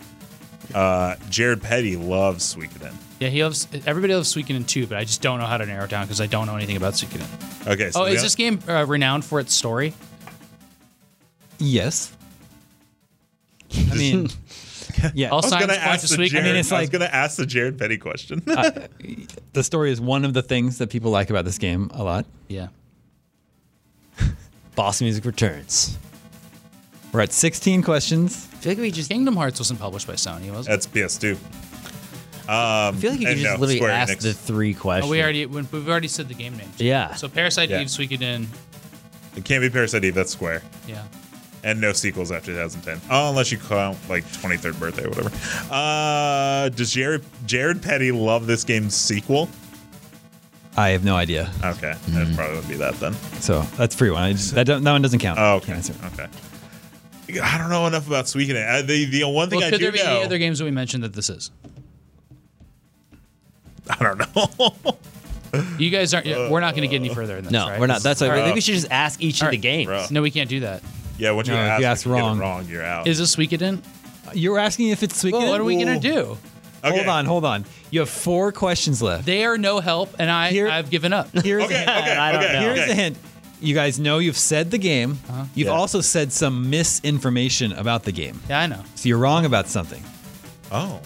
uh, Jared Petty loves Suikoden.
Yeah, he loves everybody loves Suikoden too, but I just don't know how to narrow it down because I don't know anything about Suikoden.
Okay. So
Oh,
the-
is this game uh, renowned for its story?
Yes. I mean, yeah.
All
I was
signs
gonna
point to
ask the
Suikoden.
Jared. I,
mean, it's
was
like-
gonna ask the Jared Petty question.
Uh,
the story is one of the things that people like about this game a lot.
yeah.
Boss music returns.
We're at sixteen questions.
I feel like we just.
Kingdom Hearts wasn't published by Sony, was it?
That's PS2.
I feel like you could
and
just
no,
literally
Square
ask
Enix.
the three questions.
Oh, we already we- we've already said the game name.
Yeah.
So Parasite
Yeah.
Eve, Suikoden.
It can't be Parasite Eve. That's Square.
Yeah.
And no sequels after 2010, oh, unless you count like 23rd birthday or whatever. Uh, does Jared Jared Petty love this game's sequel?
I have no idea.
Okay,
Mm-hmm.
that probably would be that then.
So that's free one. I, that, don't, that one doesn't count.
Oh, okay.
Can't answer.
Okay. I don't know enough about Suikoden. Uh, the the one thing
Well,
I
could
do
there be
know,
any other games that we mentioned that this is?
I don't know.
You guys aren't. yeah, we're not going to get any further in this.
No,
right?
we're not. That's why I
Bro.
think we should just ask each of the
Alright,
games.
bro.
No, we can't do that.
yeah, once you
No, if
ask,
you ask
if get it
wrong.
wrong, you're out.
Is this Suikoden?
You're asking if it's Suikoden?
Well, what are we
Ooh.
gonna do?
okay.
Hold on, hold on. You have four questions left.
They are no help, and I
Here-
I've given up.
Here's
Okay,
a,
okay,
I don't
okay,
know.
here's
okay.
a hint. You guys know you've said the game. You've
Yeah.
also said some misinformation about the game.
Yeah, I know.
So you're wrong about something.
Oh,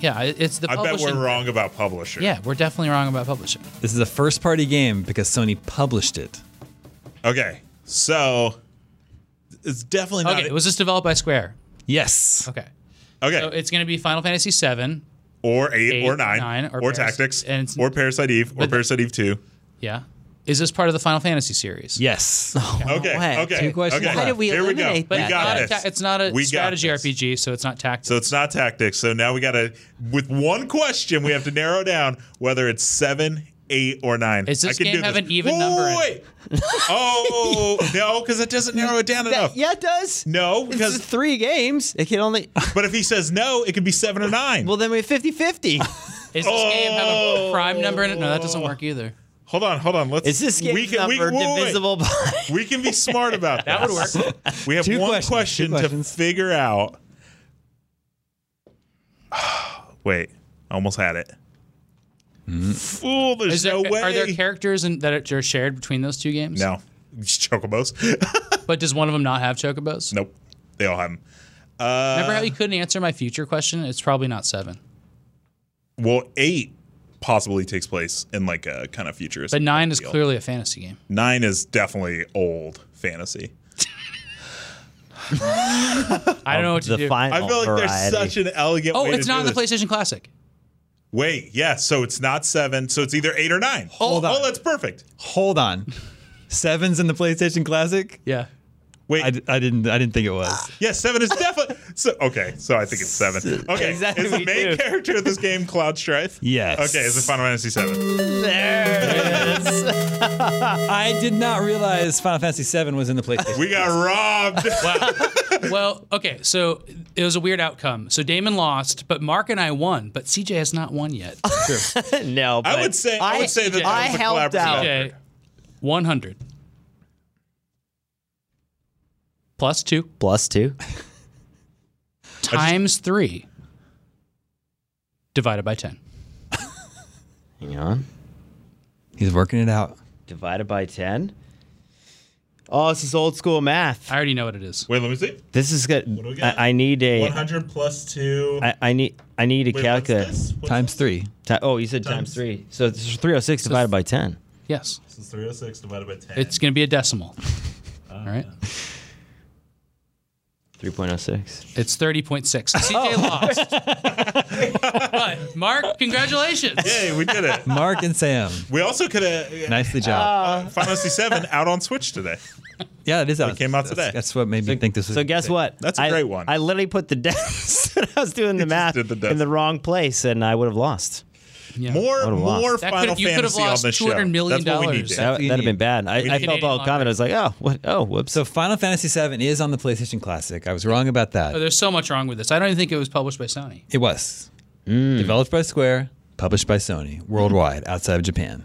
Yeah, I- it's the
I bet
publishing.
we're wrong about publisher.
Yeah, we're definitely wrong about publishing.
This is a first party game because Sony published it.
Okay, so it's definitely not.
Okay, was this developed by Square?
Yes.
Okay,
okay,
so it's gonna be Final Fantasy VII.
or eight,
Eight,
or nine,
nine, or
or
Paras-
Tactics,
and it's-
or Parasite Eve, or
but-
Parasite Eve Two,
Yeah, Is this part of the Final Fantasy series?
Yes.
Okay.
way.
Okay.
Two questions
okay.
Why
did we
Here we go.
eliminate
we
that?
got
not
this.
A ta- it's not a
We got
strategy
this.
RPG, so it's not tactics.
So it's not tactics. So now we got to, with one question, we have to narrow down whether it's seven, eight, or nine.
Does this
I can
game
do
have
this.
an even
Whoa,
number in
Wait. oh no, because it doesn't narrow it down enough.
yeah, it does.
Oh. No,
Because
because
three games, it can only.
but if he says no, it could be seven or nine.
Well, then we have 50 50.
Is this game have a
Oh.
prime number in it? No, that doesn't work either.
hold on, hold on. Let's.
Is this game
we can, we,
number
whoa, wait.
divisible by.
We can be smart about that.
That would work.
We have
Two
one
questions,
question
two
to
questions.
figure out. Wait, I almost had it. Fool, there's
Mm. Is there,
no way.
Are there characters in, that are shared between those two games?
no. Chocobos?
But does one of them not have chocobos?
nope. They all have them.
Remember how you couldn't answer my future question? It's probably not seven.
Well, eight possibly takes place in like a kind of futuristic.
But nine is
deal.
clearly a fantasy game.
Nine is definitely old fantasy.
I don't know what to do.
I feel like there's such an elegant
oh,
Oh, way
it's
to
not
do
in the
this.
PlayStation Classic.
Wait, yeah, so it's not seven, so it's either eight or nine.
Hold
oh,
on.
oh, that's perfect.
Hold on. Sevens in the PlayStation Classic?
Yeah.
Wait,
I, d- I didn't I didn't think it was.
Yeah, seven is definitely. So, okay, so I think it's seven. Okay,
Exactly,
is the
we
main
do.
character of this game Cloud Strife?
Yes.
Okay, is it Final Fantasy seven?
I did not realize Final Fantasy VII was in the PlayStation.
We got robbed.
Well, okay, so it was a weird outcome. So Damon lost, but Mark and I won, but CJ has not won yet.
Oh.
no,
I
but
would say. I, would say that
I
that was a
helped
collaborative
out.
effort.
CJ, 100. Plus two
Plus two.
times three divided by 10.
Hang on.
He's working it out.
Divided by 10. Oh, this is old school math.
I already know what it is.
Wait, let me see.
This is
do we
good.
got?
I, I need a.
One hundred plus two.
I, I need. I need a
Wait, what's
calculator.
this? What's
Times three.
Ti- oh, you said times,
Times-
three. So it's 306 divided by 10.
Yes.
this? This is three hundred six divided by ten.
It's going to be a decimal. All right.
3.06.
It's 30.6. CJ lost. but Mark, congratulations.
Yay, we did it.
Mark and Sam.
We also could have
Nicely job.
Ah.
uh, Final Fantasy seven out on Switch today.
yeah, it is out.
came out
That's-
today.
That's what made me think this was.
So guess what?
That's a
a
great one.
I literally put the deaths. I was doing the math
did the death.
in the wrong place, and I would have lost.
More,
Would've lost.
more
That
Final
could've- you could've
Fantasy on
lost
this show.
$200 million
That's what we need.
dollars.
to-
what
That
you
would have
need.
been bad. I, I felt
Canadian
all
law.
confident. I was like, oh, what? Oh, whoops.
So Final Fantasy VII is on the PlayStation Classic. I was wrong about that.
Oh, there's so much wrong with this. I don't even think it was published by Sony.
It was
Hmm.
developed by Square, published by Sony worldwide outside of Japan,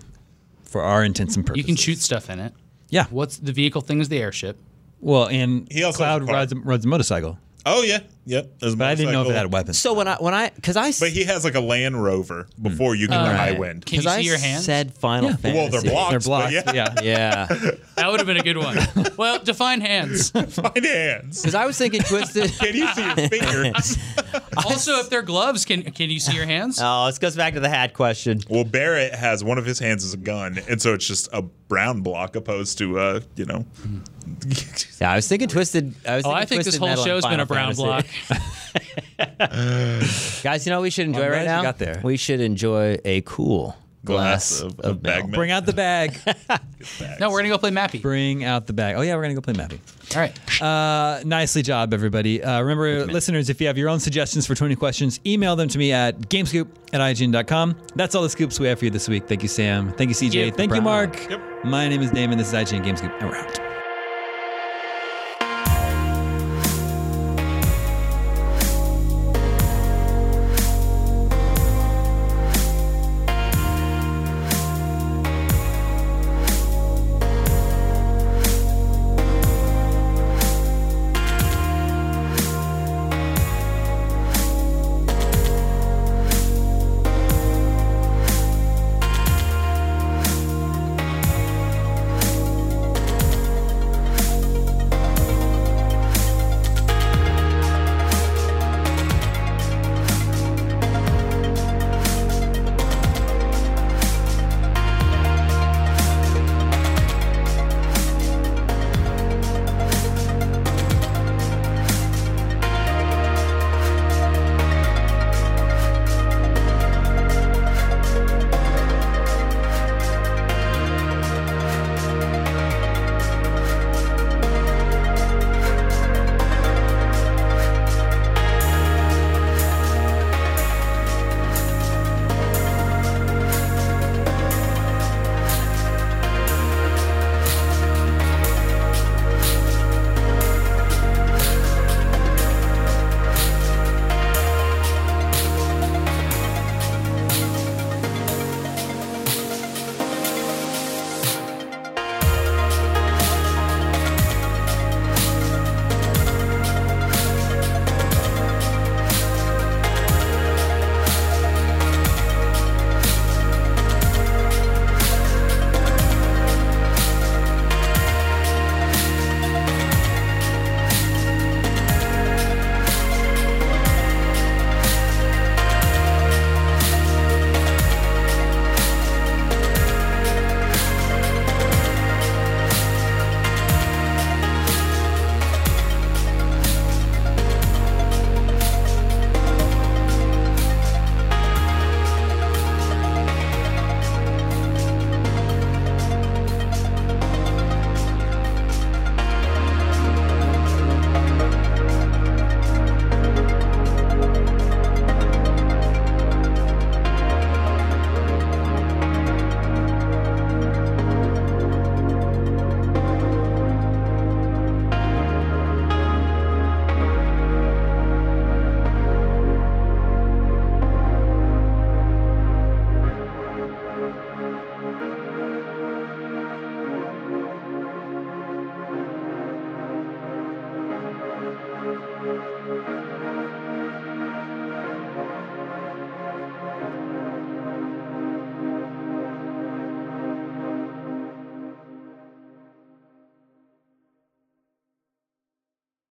for our intents and
You
purposes.
can shoot stuff in it.
Yeah.
What's the vehicle thing is the airship.
Well, and
He also
Cloud
has a car.
rides, rides a motorcycle,
Oh yeah, yep. But
but I didn't know if it had weapons.
So when I when I because I
But he has like a Land Rover
Hmm.
before you get to High Wind.
Can you see
I
your hands?
said Final
Yeah.
Fantasy.
Well, they're blocked.
They're blocked.
but yeah.
yeah.
Yeah,
That would have been a good one. well, define hands.
Fine hands.
because I was thinking twisted.
Can you see your fingers?
Also, if they're gloves, can can you see your hands?
oh, this goes back to the hat question.
well, Barrett has one of his hands is a gun, and so it's just a brown block opposed to uh, you know.
Yeah, I was thinking twisted. I was
Oh,
thinking
I think this
Twisted
whole
Metal and
show's been
Final
a brown
Fantasy.
block.
Guys, you know what we should enjoy
I'm
right
glad you
now.
got there.
We should enjoy a cool glass, of, milk.
Bagman.
Bring out the bag.
No, we're gonna go play Mappy.
Bring out the bag. Oh yeah, we're gonna go play Mappy.
All right.
Uh, nicely job, everybody. Uh, remember, listeners, if you have your own suggestions for 20 questions, email them to me at gamescoop at IGN.com. That's all the scoops we have for you this week. Thank you, Sam. Thank you, CJ.
Yep.
Thank you, Mark.
Yep.
My name is Damon. This is IGN Gamescoop, and we're out.